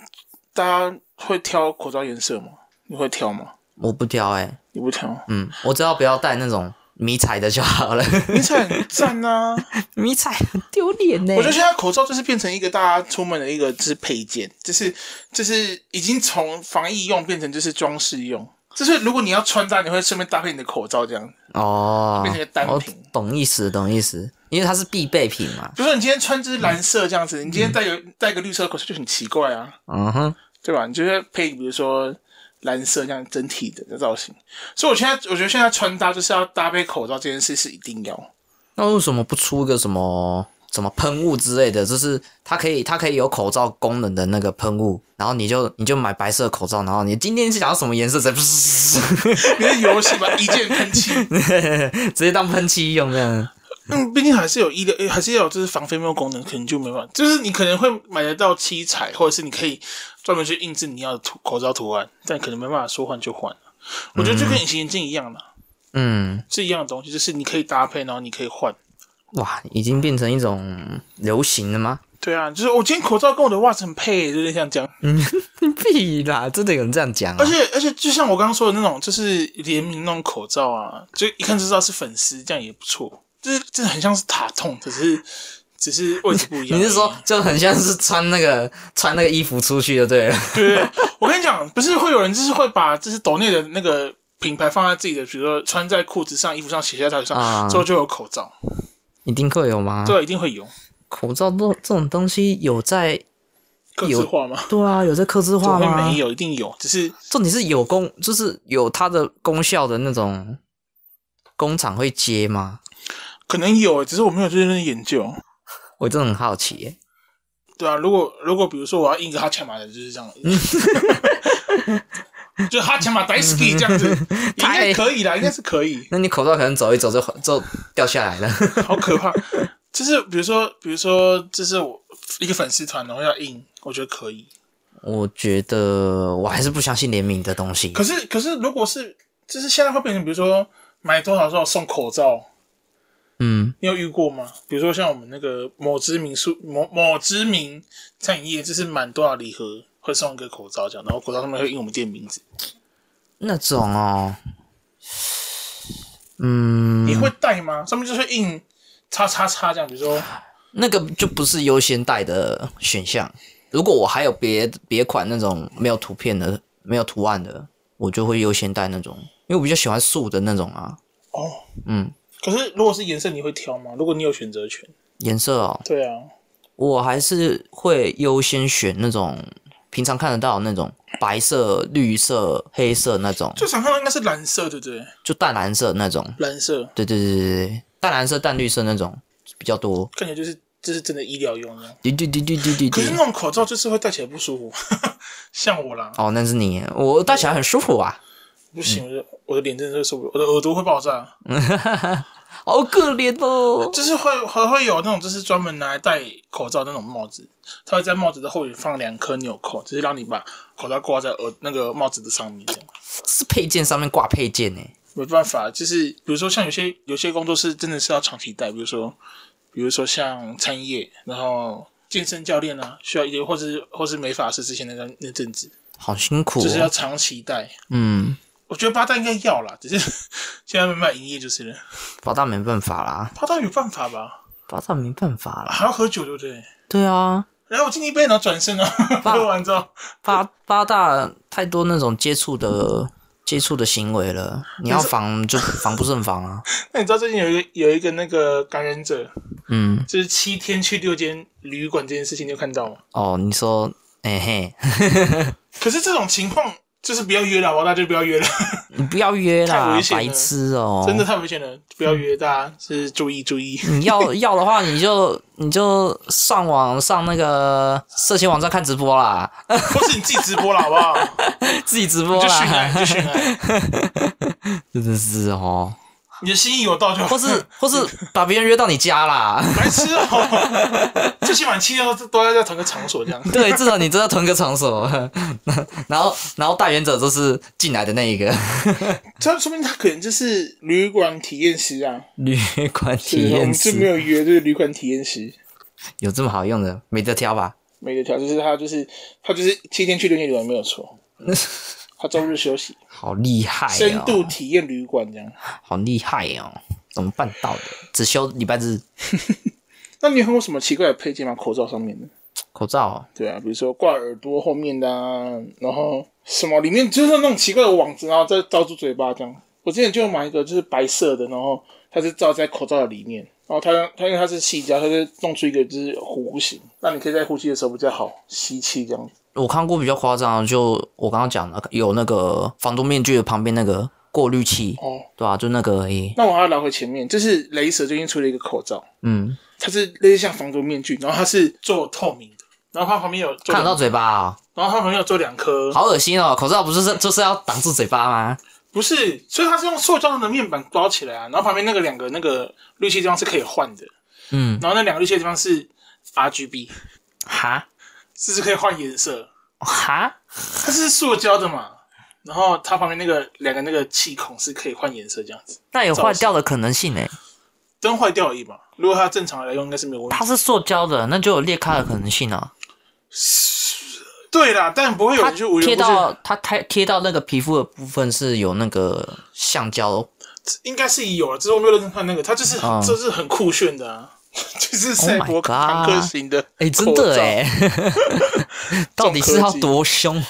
[SPEAKER 2] 大家会挑口罩颜色吗？你会挑吗？
[SPEAKER 1] 我不挑哎、，
[SPEAKER 2] 你不挑
[SPEAKER 1] 嗯，我只要不要戴那种迷彩的就好 了。
[SPEAKER 2] 迷彩 很赞啊！
[SPEAKER 1] 迷彩很丢脸呢
[SPEAKER 2] 我觉得现在口罩就是变成一个大家出门的一个就是配件，就是就是已经从防疫用变成就是装饰用，就是如果你要穿搭，你会顺便搭配你的口罩这样。
[SPEAKER 1] 哦，
[SPEAKER 2] 变成一个单
[SPEAKER 1] 我
[SPEAKER 2] 品
[SPEAKER 1] 懂意思，懂意思，因为它是必备品嘛。
[SPEAKER 2] 比如说你今天穿就是蓝色这样子，你今天戴个戴个绿色的口罩就很奇怪啊，
[SPEAKER 1] 嗯哼，
[SPEAKER 2] 对吧？你就会配比如说蓝色这样整体的造型。所以我现在我觉得现在穿搭就是要搭配口罩这件事是一定要。
[SPEAKER 1] 那为什么不出个什么什么喷雾之类的？就是它可以，它可以有口罩功能的那个喷雾，然后你就你就买白色口罩，然后你今天是想要什么颜色，直接
[SPEAKER 2] 你是游戏吧，一键喷漆。
[SPEAKER 1] 直接当喷漆用这样。
[SPEAKER 2] 嗯，毕竟还是有医疗，还是要有就是防飞沫功能，可能就没办法。就是你可能会买得到七彩，或者是你可以专门去印制你要的图口罩图案，但可能没办法说换就换了。我觉得就跟隐形眼镜一样啦，
[SPEAKER 1] 嗯，
[SPEAKER 2] 是一样的东西，就是你可以搭配，然后你可以换。
[SPEAKER 1] 哇，已经变成一种流行了吗？
[SPEAKER 2] 对啊，就是我今天口罩跟我的袜子很配，有点像这样。
[SPEAKER 1] 屁啦，真的有人这样讲、啊
[SPEAKER 2] 而？且而且，就像我刚刚说的那种，就是联名那种口罩啊，就一看就知道是粉丝，这样也不错。就是真的很像是塔痛，只是只是位置不一样
[SPEAKER 1] 你
[SPEAKER 2] 而已。
[SPEAKER 1] 是说就很像是穿那个穿那个衣服出去就 对了？
[SPEAKER 2] 对对，对我跟你讲，不是会有人就是会把就是抖内的那个品牌放在自己的，比如说穿在裤子上、衣服上、鞋下套上，
[SPEAKER 1] 啊
[SPEAKER 2] 之后就有口罩，
[SPEAKER 1] 一定会有吗？
[SPEAKER 2] 对，一定会有。
[SPEAKER 1] 口罩这种这种东西有在
[SPEAKER 2] 个字化吗？
[SPEAKER 1] 对啊，有在刻字
[SPEAKER 2] 怎么
[SPEAKER 1] 化
[SPEAKER 2] 会
[SPEAKER 1] 吗？
[SPEAKER 2] 没有？一定有，只是
[SPEAKER 1] 重点是有功，就是有它的功效的那种工厂会接吗？
[SPEAKER 2] 可能有，只是我没有认真研究。
[SPEAKER 1] 我真的很好奇耶。
[SPEAKER 2] 对啊，如果如果比如说我要印个哈欠马的，就是 这样，就哈欠马 d i s k y 这 样子，应该可以啦，应该是可以。
[SPEAKER 1] 那你口罩可能走一走就就掉下来了。
[SPEAKER 2] 好可怕。就是比如说，比如说，就是我一个粉丝团，然后要印，我觉得可以。
[SPEAKER 1] 我觉得我还是不相信联名的东西
[SPEAKER 2] 可。是可是，如果是就是现在会变成，比如说买多少之后送口罩，
[SPEAKER 1] 嗯，
[SPEAKER 2] 你有遇过吗？比如说像我们那个某知名书某某知名餐饮业，就是满多少礼盒会送一个口罩这样，然后口罩上面会印我们店名字。
[SPEAKER 1] 那种哦，嗯，
[SPEAKER 2] 你会带吗？上面就是印叉叉叉这样，比如说
[SPEAKER 1] 那个就不是优先带的选项。如果我还有别别款那种没有图片的、没有图案的，我就会优先带那种，因为我比较喜欢素的那种啊。
[SPEAKER 2] 哦，
[SPEAKER 1] 嗯，
[SPEAKER 2] 可是如果是颜色，你会挑吗？如果你有选择权，
[SPEAKER 1] 颜色哦，
[SPEAKER 2] 对啊，
[SPEAKER 1] 我还是会优先选那种平常看得到的那种白色、绿色、黑色那种，
[SPEAKER 2] 最常看到应该是蓝色，对不对？
[SPEAKER 1] 就淡蓝色那种。
[SPEAKER 2] 蓝色
[SPEAKER 1] 对对对对对，淡蓝色、淡绿色那种比较多。
[SPEAKER 2] 看起来就是这是真的医疗用的，
[SPEAKER 1] 对对对对对对
[SPEAKER 2] 可是
[SPEAKER 1] 对
[SPEAKER 2] 那。种口罩就是会戴起来不舒服， 像我啦，
[SPEAKER 1] 哦，那是你，我戴起来很舒服啊，
[SPEAKER 2] 不行，我的我的脸真的是受不了，我的耳朵会爆炸，
[SPEAKER 1] 好可怜哦。
[SPEAKER 2] 就是会还会有那种就是专门拿来戴口罩的那种帽子，它会在帽子的后面放两颗纽扣，就是让你把口罩挂在耳那个帽子的上面这样。
[SPEAKER 1] 是配件上面挂配件欸呢。
[SPEAKER 2] 没办法，就是比如说像有些有些工作是真的是要长期戴，比如说比如说像餐饮业，然后健身教练啊，需要一些，或是或是美发师之前那段那阵子，
[SPEAKER 1] 好辛苦、
[SPEAKER 2] 就是要
[SPEAKER 1] 哦。
[SPEAKER 2] 长期戴。
[SPEAKER 1] 嗯，
[SPEAKER 2] 我觉得八大应该要啦，只是 现在慢慢营业就是了。
[SPEAKER 1] 八大没办法啦，
[SPEAKER 2] 八大有办法吧？
[SPEAKER 1] 八大没办法啦。
[SPEAKER 2] 还要喝酒对不对？
[SPEAKER 1] 对啊，
[SPEAKER 2] 然后我敬一杯，然后转身啊，
[SPEAKER 1] 爸
[SPEAKER 2] 喝完之后，
[SPEAKER 1] 八八大太多那种接触的接触的行为了，你要防就防不胜防 啊。
[SPEAKER 2] 那你知道最近有一个有一个那个感染者，
[SPEAKER 1] 嗯，
[SPEAKER 2] 就是七天去六间旅馆这件事情，你有看到吗？
[SPEAKER 1] 哦，你说，哎、嘿，
[SPEAKER 2] 可是这种情况就是不要约了，王大就不要约了，
[SPEAKER 1] 你不要约
[SPEAKER 2] 太
[SPEAKER 1] 啦
[SPEAKER 2] 危，险了
[SPEAKER 1] 白痴哦、
[SPEAKER 2] 真的太危险了，不要约，大家是注意注意。
[SPEAKER 1] 你要 要的话，你就你就上网上那个色情网站看直播 啦，
[SPEAKER 2] 或是你自己直播了，好不 好？
[SPEAKER 1] 自己直播
[SPEAKER 2] 你就训
[SPEAKER 1] 啦
[SPEAKER 2] 来，，你就训来，
[SPEAKER 1] 啊真的是哦，
[SPEAKER 2] 你的心意有到就好。
[SPEAKER 1] 或 是或是把别人约到你家啦，
[SPEAKER 2] 白痴哦、 最起码七天都都要在同个场所这样。
[SPEAKER 1] 对，至少你知道囤个场所， 然后然后代言者就是进来的那一个
[SPEAKER 2] 这样说明他可能就是旅馆体验师啊，
[SPEAKER 1] 旅馆
[SPEAKER 2] 对
[SPEAKER 1] 体
[SPEAKER 2] 我们
[SPEAKER 1] 验
[SPEAKER 2] 就没
[SPEAKER 1] 师
[SPEAKER 2] 有约，就是旅馆体验师。
[SPEAKER 1] 有这么好用的，没得挑吧？
[SPEAKER 2] 没得挑，就是他就是他就是七天去六天旅馆没 有错，他周日休息，
[SPEAKER 1] 好厉害
[SPEAKER 2] 深度
[SPEAKER 1] 哦，
[SPEAKER 2] 体验旅馆这样。
[SPEAKER 1] 好厉害哦，怎么办到的？只休礼拜日
[SPEAKER 2] 那你有看过什么奇怪的配件吗？口罩上面的，
[SPEAKER 1] 口罩哦、
[SPEAKER 2] 对啊，比如说挂耳朵后面的啊，然后什么里面就是那种奇怪的网子，然后再罩住嘴巴这样。我之前就有买一个就是白色的，然后它是罩在口罩的里面，然后它它因为它是细胶，它就弄出一个就是弧形，那你可以在呼吸的时候比较好吸气这样。
[SPEAKER 1] 我看过比较夸张的，就我刚刚讲的，有那个防毒面具的旁边那个过滤器，
[SPEAKER 2] 哦，
[SPEAKER 1] 对吧、就那个而哎已。
[SPEAKER 2] 那我还要聊回前面，就是雷蛇最近出了一个口罩。
[SPEAKER 1] 嗯，
[SPEAKER 2] 它是类似像防毒面具，然后它是做透明的，然后它旁边有做
[SPEAKER 1] 看得
[SPEAKER 2] 两，
[SPEAKER 1] 到嘴巴啊、
[SPEAKER 2] 然后它旁边有做两颗，
[SPEAKER 1] 好恶心哦！口罩不是是 就是要挡住嘴巴吗？
[SPEAKER 2] 不是，所以它是用塑胶的面板包起来啊，然后旁边那个两个那个滤器地方是可以换的，
[SPEAKER 1] 嗯，
[SPEAKER 2] 然后那两个滤器地方是 R G B，
[SPEAKER 1] 哈
[SPEAKER 2] 是是可以换颜色，
[SPEAKER 1] 哈，
[SPEAKER 2] 它是塑胶的嘛，然后它旁边那个两个那个气孔是可以换颜色这样子，
[SPEAKER 1] 那有坏掉的可能性欸诶。
[SPEAKER 2] 灯坏掉而已嘛，如果它正常来用应该是没有问题
[SPEAKER 1] 它。是塑胶的，那就有裂开的可能性啊。
[SPEAKER 2] 对啦，但不会有
[SPEAKER 1] 它
[SPEAKER 2] 人去无
[SPEAKER 1] 贴
[SPEAKER 2] 缘无故
[SPEAKER 1] 到它贴贴到那个皮肤的部分是有那个橡胶，
[SPEAKER 2] 去，应该是有了，只是我没有认真看那个，它就是很、
[SPEAKER 1] 嗯
[SPEAKER 2] 这是很酷炫的啊。 就是赛
[SPEAKER 1] Oh my
[SPEAKER 2] 博
[SPEAKER 1] God
[SPEAKER 2] 朋克型的
[SPEAKER 1] 诶，哎真的 诶，到底是要多凶？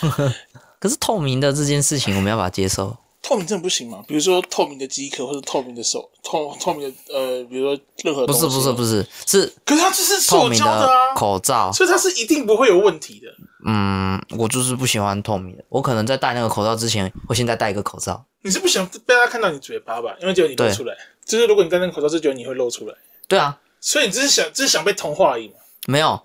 [SPEAKER 1] 可是透明的这件事情，我们要把它接受。
[SPEAKER 2] 透明真的不行吗？比如说透明的机壳，或者透明的手，透透明的呃，比如说任何
[SPEAKER 1] 不
[SPEAKER 2] 东西
[SPEAKER 1] 是不是不是，是
[SPEAKER 2] 可是它就是
[SPEAKER 1] 透
[SPEAKER 2] 塑
[SPEAKER 1] 明
[SPEAKER 2] 胶啊
[SPEAKER 1] 的，口罩。
[SPEAKER 2] 所以它是一定不会有问题的。
[SPEAKER 1] 嗯，我就是不喜欢透明的。我可能在戴那个口罩之前，我先再戴一个口罩。
[SPEAKER 2] 你是不想被他看到你嘴巴吧？因为只有你露
[SPEAKER 1] 对
[SPEAKER 2] 出来。就是如果你戴那个口罩，就觉得你会露出来，
[SPEAKER 1] 对啊，
[SPEAKER 2] 所以你只是想，只是想被同化而已嘛，
[SPEAKER 1] 没有、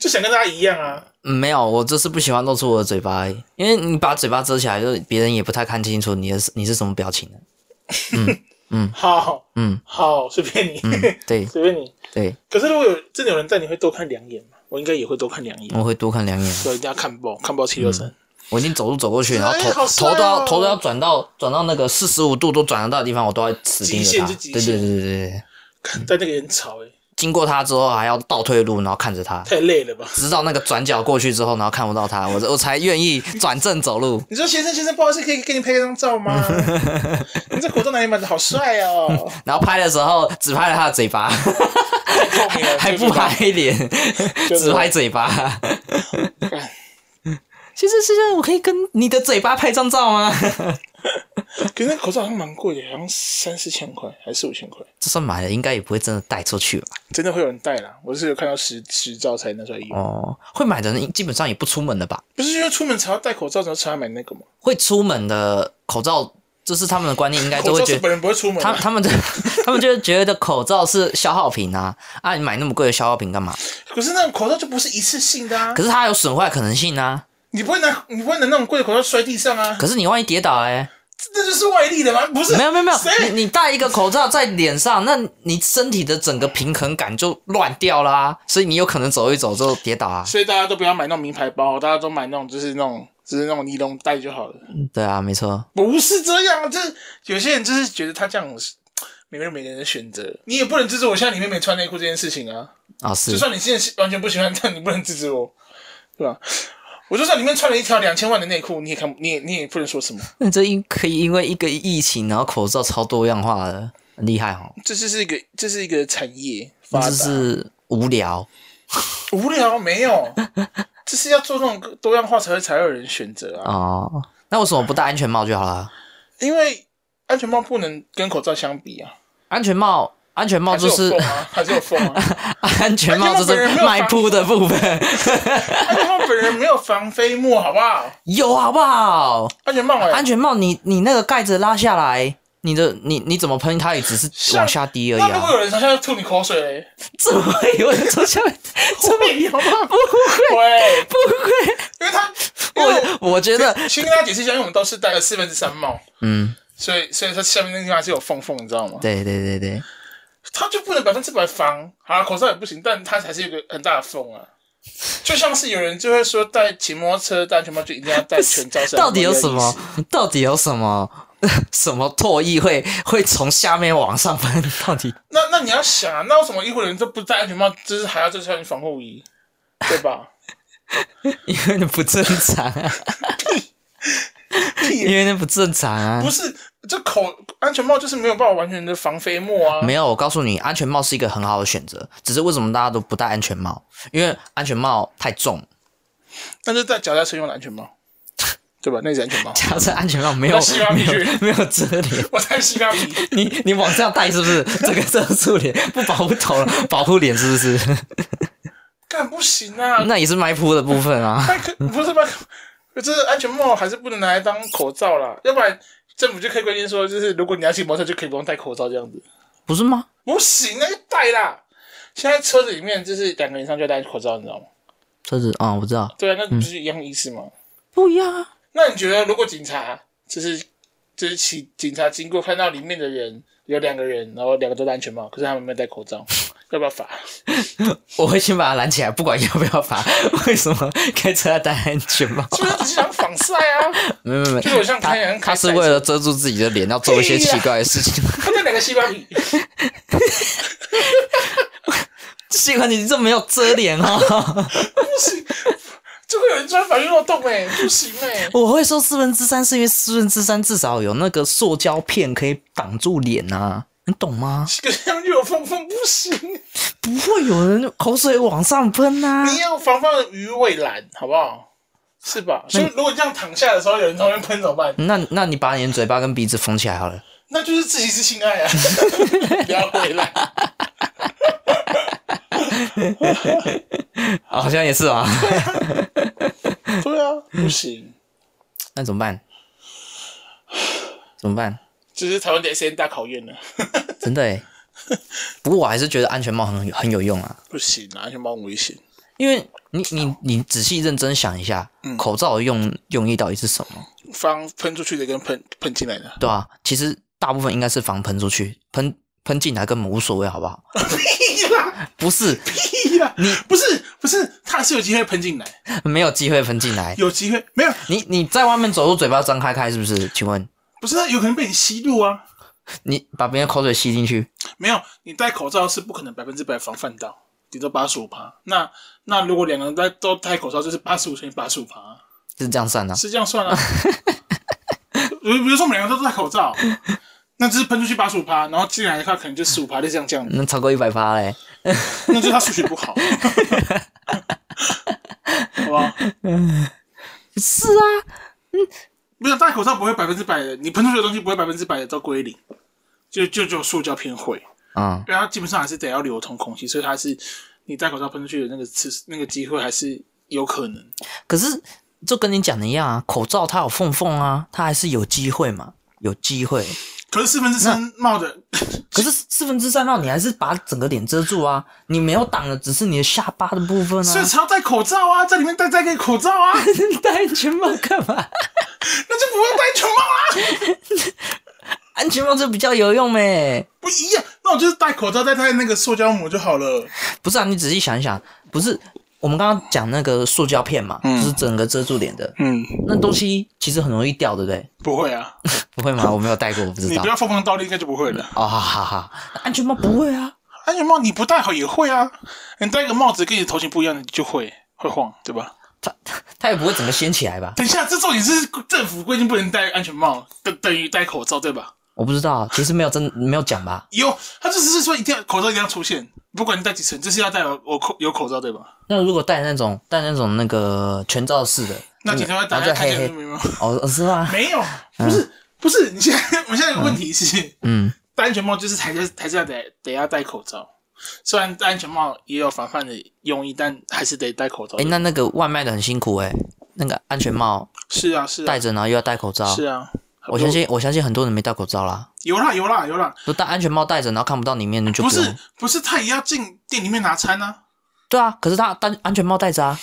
[SPEAKER 2] 就想跟大家一样啊。
[SPEAKER 1] 嗯没有，我就是不喜欢露出我的嘴巴而已，因为你把嘴巴遮起来，就是别人也不太看清楚你的你是什么表情的。
[SPEAKER 2] 好，
[SPEAKER 1] 嗯，
[SPEAKER 2] 好，随便你，
[SPEAKER 1] 对
[SPEAKER 2] 随便你。
[SPEAKER 1] 对，
[SPEAKER 2] 可是如果有真的有人戴，你会多看两眼吗？我应该也会多看两眼。
[SPEAKER 1] 我会多看两眼。
[SPEAKER 2] 所以一定要看爆，看爆七六三。
[SPEAKER 1] 我已经走路走过去，然后
[SPEAKER 2] 哎
[SPEAKER 1] 头、
[SPEAKER 2] 好帅
[SPEAKER 1] 头都要
[SPEAKER 2] 哦
[SPEAKER 1] 头都要转到转到那个四十五度都转得到的地方，我都要死盯着
[SPEAKER 2] 极限
[SPEAKER 1] 它。
[SPEAKER 2] 是
[SPEAKER 1] 对
[SPEAKER 2] 极
[SPEAKER 1] 对
[SPEAKER 2] 限
[SPEAKER 1] 对对对，对
[SPEAKER 2] 看但那个人很吵哎、欸
[SPEAKER 1] 经过它之后还要倒退路，然后看着它。
[SPEAKER 2] 太累了吧？
[SPEAKER 1] 直到那个转角过去之后，然后看不到他，我我才愿意转正走路。
[SPEAKER 2] 你说先生先生，不好意思，可以给你拍一张照 吗？你这口罩哪里买的？好帅哦！
[SPEAKER 1] 然后拍的时候只拍了他的嘴巴，
[SPEAKER 2] 太透明 了，
[SPEAKER 1] 还不拍脸，只拍嘴巴。
[SPEAKER 2] 对不对？
[SPEAKER 1] 先生先生，我可以跟你的嘴巴拍张照吗？
[SPEAKER 2] 可是那口罩好像蛮贵的，好像三四千块，还是四五千块，
[SPEAKER 1] 就算买了，应该也不会真的带出去吧？
[SPEAKER 2] 真的会有人戴啦。我是有看到实实照才拿出来用，
[SPEAKER 1] 哦，会买的人基本上也不出门了吧？
[SPEAKER 2] 不是因为出门才要戴口罩，才要才要买那个吗？
[SPEAKER 1] 会出门的口罩，就是他们的观念应该都
[SPEAKER 2] 口
[SPEAKER 1] 会
[SPEAKER 2] 罩
[SPEAKER 1] 哎觉
[SPEAKER 2] 是
[SPEAKER 1] 得。
[SPEAKER 2] 本人不会出门
[SPEAKER 1] 他
[SPEAKER 2] 的。
[SPEAKER 1] 他们的他们就 会觉得口罩是消耗品啊啊！你买那么贵的消耗品干嘛？
[SPEAKER 2] 可是那种口罩就不是一次性的啊，
[SPEAKER 1] 可是它有损坏可能性啊！
[SPEAKER 2] 你不会拿你不会拿那种贵的口罩摔地上啊，
[SPEAKER 1] 可是你万一跌倒嘞、
[SPEAKER 2] 这就是外力的吗？不是，
[SPEAKER 1] 没有没有没有
[SPEAKER 2] 谁，
[SPEAKER 1] 你你戴一个口罩在脸上，那你身体的整个平衡感就乱掉啦、所以你有可能走一走就跌倒啊。
[SPEAKER 2] 所以大家都不要买那种名牌包，大家都买那种就是那种就是那种尼龙袋就好了。
[SPEAKER 1] 对啊，没错，
[SPEAKER 2] 不是这样，啊，就是有些人就是觉得他这样是，每个人有每个人的选择，你也不能制止我现在里面没穿内裤这件事情啊。
[SPEAKER 1] 啊、
[SPEAKER 2] 就是算你现在完全不喜欢，但你不能制止我，对吧？我就算里面穿了一条两千万的内裤，你也看，你也你也不能说什么。
[SPEAKER 1] 那这因可以因为一个疫情，然后口罩超多样化的，很厉害哦。
[SPEAKER 2] 这就是一个，这是一个产业发达，
[SPEAKER 1] 这是无聊，
[SPEAKER 2] 无聊没有，这是要做那种多样化才会才会有人选择啊。
[SPEAKER 1] 哦，那为什么不戴安全帽就好了？
[SPEAKER 2] 因为安全帽不能跟口罩相比啊，
[SPEAKER 1] 安全帽，安全帽
[SPEAKER 2] 还是
[SPEAKER 1] 就
[SPEAKER 2] 有
[SPEAKER 1] 是
[SPEAKER 2] 缝啊，还是有缝啊。
[SPEAKER 1] 安全帽，就
[SPEAKER 2] 安全帽本人没
[SPEAKER 1] 是
[SPEAKER 2] 有
[SPEAKER 1] 卖铺的部分，
[SPEAKER 2] 安全帽本人没有防飞沫，好不好？
[SPEAKER 1] 有好不好？
[SPEAKER 2] 安全帽哎、
[SPEAKER 1] 安全帽你，你那个盖子拉下来，你的你你怎么喷它也只是
[SPEAKER 2] 像
[SPEAKER 1] 往下滴而已
[SPEAKER 2] 那如果
[SPEAKER 1] 啊，
[SPEAKER 2] 有人从下面吐你口水嘞，
[SPEAKER 1] 怎么会有人从 下面？怎么
[SPEAKER 2] 会有吗？不会，会，
[SPEAKER 1] 不会？
[SPEAKER 2] 因为他，因为我
[SPEAKER 1] 我我觉得，
[SPEAKER 2] 先跟大家解释一下，因为我们都是戴了四分之三帽，
[SPEAKER 1] 嗯，
[SPEAKER 2] 所以所以它下面那个地方是有缝缝，你知道吗？
[SPEAKER 1] 对对对对，
[SPEAKER 2] 它就不能百分之百防，好啦，口罩也不行，但它还是有个很大的缝啊。就像是有人就会说，戴骑摩托车戴安全帽就一定要 戴全罩式安全帽，
[SPEAKER 1] 到底有什
[SPEAKER 2] 一样
[SPEAKER 1] 么
[SPEAKER 2] 的意思？？
[SPEAKER 1] 到底有什么？ 什么唾液会会从下面往上喷？ 到底
[SPEAKER 2] 那那你要想啊，那为什么医护人员都不戴安全帽，就是还要再穿防护衣，对吧？
[SPEAKER 1] 因为那不正常啊！因为那不正常啊
[SPEAKER 2] 不！是，这口安全帽就是没有办法完全的防飞沫啊。
[SPEAKER 1] 没有，我告诉你，安全帽是一个很好的选择。只是为什么大家都不戴安全帽？因为安全帽太重，。
[SPEAKER 2] 那就戴脚踏车用的安全帽，对吧？那是安全帽
[SPEAKER 1] 加上安全帽没有
[SPEAKER 2] 那西瓜
[SPEAKER 1] 没
[SPEAKER 2] 皮
[SPEAKER 1] 有没有遮脸。
[SPEAKER 2] 我戴西瓜皮，
[SPEAKER 1] 你你往上戴是不是？这个遮住脸，不保护头了，保护脸是不是？
[SPEAKER 2] 干不行啊！
[SPEAKER 1] 那也是埋扑的部分啊。
[SPEAKER 2] 麦克不是麦克，这是安全帽还是不能拿来当口罩啦，要不然政府就可以规定说，就是如果你要骑摩托车就可以不用戴口罩这样子。
[SPEAKER 1] 不是吗？
[SPEAKER 2] 不行，那就戴啦。现在车子里面就是两个人以上就要戴口罩，你知道吗？
[SPEAKER 1] 车子啊、我知道，
[SPEAKER 2] 对啊，那不是一样的意思吗？
[SPEAKER 1] 不一样啊。
[SPEAKER 2] 那你觉得，如果警察就是就是警警察经过看到里面的人有两个人，然后两个都戴安全帽，可是他们没有戴口罩，要不要罚？
[SPEAKER 1] 我会先把它拦起来，不管要不要罚。为什么开车要戴安全帽？
[SPEAKER 2] 就是只是想防晒啊！
[SPEAKER 1] 没有没有没
[SPEAKER 2] 就
[SPEAKER 1] 有，
[SPEAKER 2] 是我像开人
[SPEAKER 1] 他是为了遮住自己的脸，要做一些奇怪的事情。
[SPEAKER 2] 他那两个西瓜皮，
[SPEAKER 1] 喜欢你这没有遮脸哦，
[SPEAKER 2] 就会有人穿法律漏洞哎、不行哎、
[SPEAKER 1] 我会说四分之三是因为四分之三至少有那个塑胶片可以挡住脸啊，你懂吗？
[SPEAKER 2] 可是他们就有缝缝，不行。
[SPEAKER 1] 不会有人口水往上喷啊。
[SPEAKER 2] 你要防范于未然，好不好？是吧？所以如果这样躺下的时候有人从那边喷怎么办？
[SPEAKER 1] 那那你把你的嘴巴跟鼻子缝起来好了。
[SPEAKER 2] 那就是自己是性爱 啊！不要回来，
[SPEAKER 1] 哦好像也是啊，
[SPEAKER 2] 对啊，不行。
[SPEAKER 1] 那怎么办？怎么办？
[SPEAKER 2] 这是台湾的 S N 大考验了。
[SPEAKER 1] 真的哎。不过我还是觉得安全帽很很有用啊。
[SPEAKER 2] 不行啊，安全帽很危险。
[SPEAKER 1] 因为你你你仔细认真想一下，口罩的用用意到底是什么？
[SPEAKER 2] 放喷出去的跟喷喷进来的，
[SPEAKER 1] 对啊，其实大部分应该是防喷出去，喷喷进来根本无所谓，好不好？
[SPEAKER 2] 屁啦
[SPEAKER 1] 不是
[SPEAKER 2] 屁啦！你不是不是，它是有机会喷进来，
[SPEAKER 1] 没有机会喷进来。
[SPEAKER 2] 有机会没有？
[SPEAKER 1] 你你在外面走路，嘴巴张开开，是不是？请问
[SPEAKER 2] 不是，它有可能被你吸入啊。
[SPEAKER 1] 你把别人口水吸进去，
[SPEAKER 2] 没有，你戴口罩是不可能百分之百防范到，顶多八十五趴。那那如果两个人戴都戴口罩，就是八十五乘以八十五趴，
[SPEAKER 1] 是这样算的、啊？
[SPEAKER 2] 是这样算啊？ 比如比如说我们两个都戴口罩，那就是喷出去八十五趴，然后进来的话可能就十五趴，就这样这样，
[SPEAKER 1] 那超过一百八嘞，
[SPEAKER 2] 那就是他数学 不好，好吧？
[SPEAKER 1] 是啊，
[SPEAKER 2] 没有戴口罩不会百分之百的，你喷出去的东西不会百分之百的都归零，就就只有塑胶片会，
[SPEAKER 1] 嗯，
[SPEAKER 2] 对它啊基本上还是得要流通空气，所以它是你戴口罩喷出去的那个次那个机会还是有可能。
[SPEAKER 1] 可是就跟你讲的一样啊，口罩它有缝缝啊，它还是有机会嘛，有机会。
[SPEAKER 2] 可是四分之三帽的，
[SPEAKER 1] 可是四分之三帽你还是把整个脸遮住啊，你没有挡的只是你的下巴的部分
[SPEAKER 2] 所以
[SPEAKER 1] 啊。
[SPEAKER 2] 才要戴口罩啊，在里面戴戴个口罩啊，那 就
[SPEAKER 1] 戴安全帽干嘛？
[SPEAKER 2] 不用戴全帽啊，
[SPEAKER 1] 安全帽这比较有用呗。
[SPEAKER 2] 不一样。那我就是戴口罩再戴那个塑胶膜就好了。
[SPEAKER 1] 不是啊，你仔细想一想，不是我们刚刚讲那个塑胶片嘛，就是整个遮住脸的
[SPEAKER 2] 嗯，
[SPEAKER 1] 那东西，其实很容易掉，对不对？
[SPEAKER 2] 不会啊，
[SPEAKER 1] 不会吗？我没有戴过，我不知
[SPEAKER 2] 你
[SPEAKER 1] 道
[SPEAKER 2] 不。要疯狂倒立，应该就不会了。
[SPEAKER 1] 哦，好好好，安全帽不会啊，
[SPEAKER 2] 安全帽你不戴好也会啊，你戴个帽子跟你的头型不一样，你就会会晃，对吧？
[SPEAKER 1] 它它它也不会整个掀起来吧？
[SPEAKER 2] 等一下，这重点是政府规定不能戴安全帽，等等于戴口罩，对吧？
[SPEAKER 1] 我不知道，啊其实没有真没有讲吧？
[SPEAKER 2] 有，他就只是说一定要口罩一定要出现，不管你戴几层，就是要戴有我口有口罩，对吧？
[SPEAKER 1] 那如果戴那种戴那种那个全罩式的，
[SPEAKER 2] 那警
[SPEAKER 1] 个
[SPEAKER 2] 察会打
[SPEAKER 1] 然后
[SPEAKER 2] 开
[SPEAKER 1] 就
[SPEAKER 2] 看
[SPEAKER 1] 黑
[SPEAKER 2] 见
[SPEAKER 1] 黑
[SPEAKER 2] 没有？
[SPEAKER 1] 哦哦是吗？
[SPEAKER 2] 没有， 不是不是，你现在我们现在有个问题是，
[SPEAKER 1] 嗯，
[SPEAKER 2] 戴安全帽就是还是还是要得得要戴口罩，虽然戴安全帽也有防范的用意，但还是得戴口罩。
[SPEAKER 1] 哎、那那个外卖的很辛苦哎、那个安全帽
[SPEAKER 2] 是啊是啊
[SPEAKER 1] 戴着，然后又要戴口罩。
[SPEAKER 2] 是啊，
[SPEAKER 1] 我相信我相信很多人没戴口罩啦，
[SPEAKER 2] 有啦有啦有啦，
[SPEAKER 1] 不戴安全帽戴着，然后看不到里面就用
[SPEAKER 2] 不是不是，他也要进店里面拿餐啊，
[SPEAKER 1] 对啊，可是他戴安全帽戴着啊，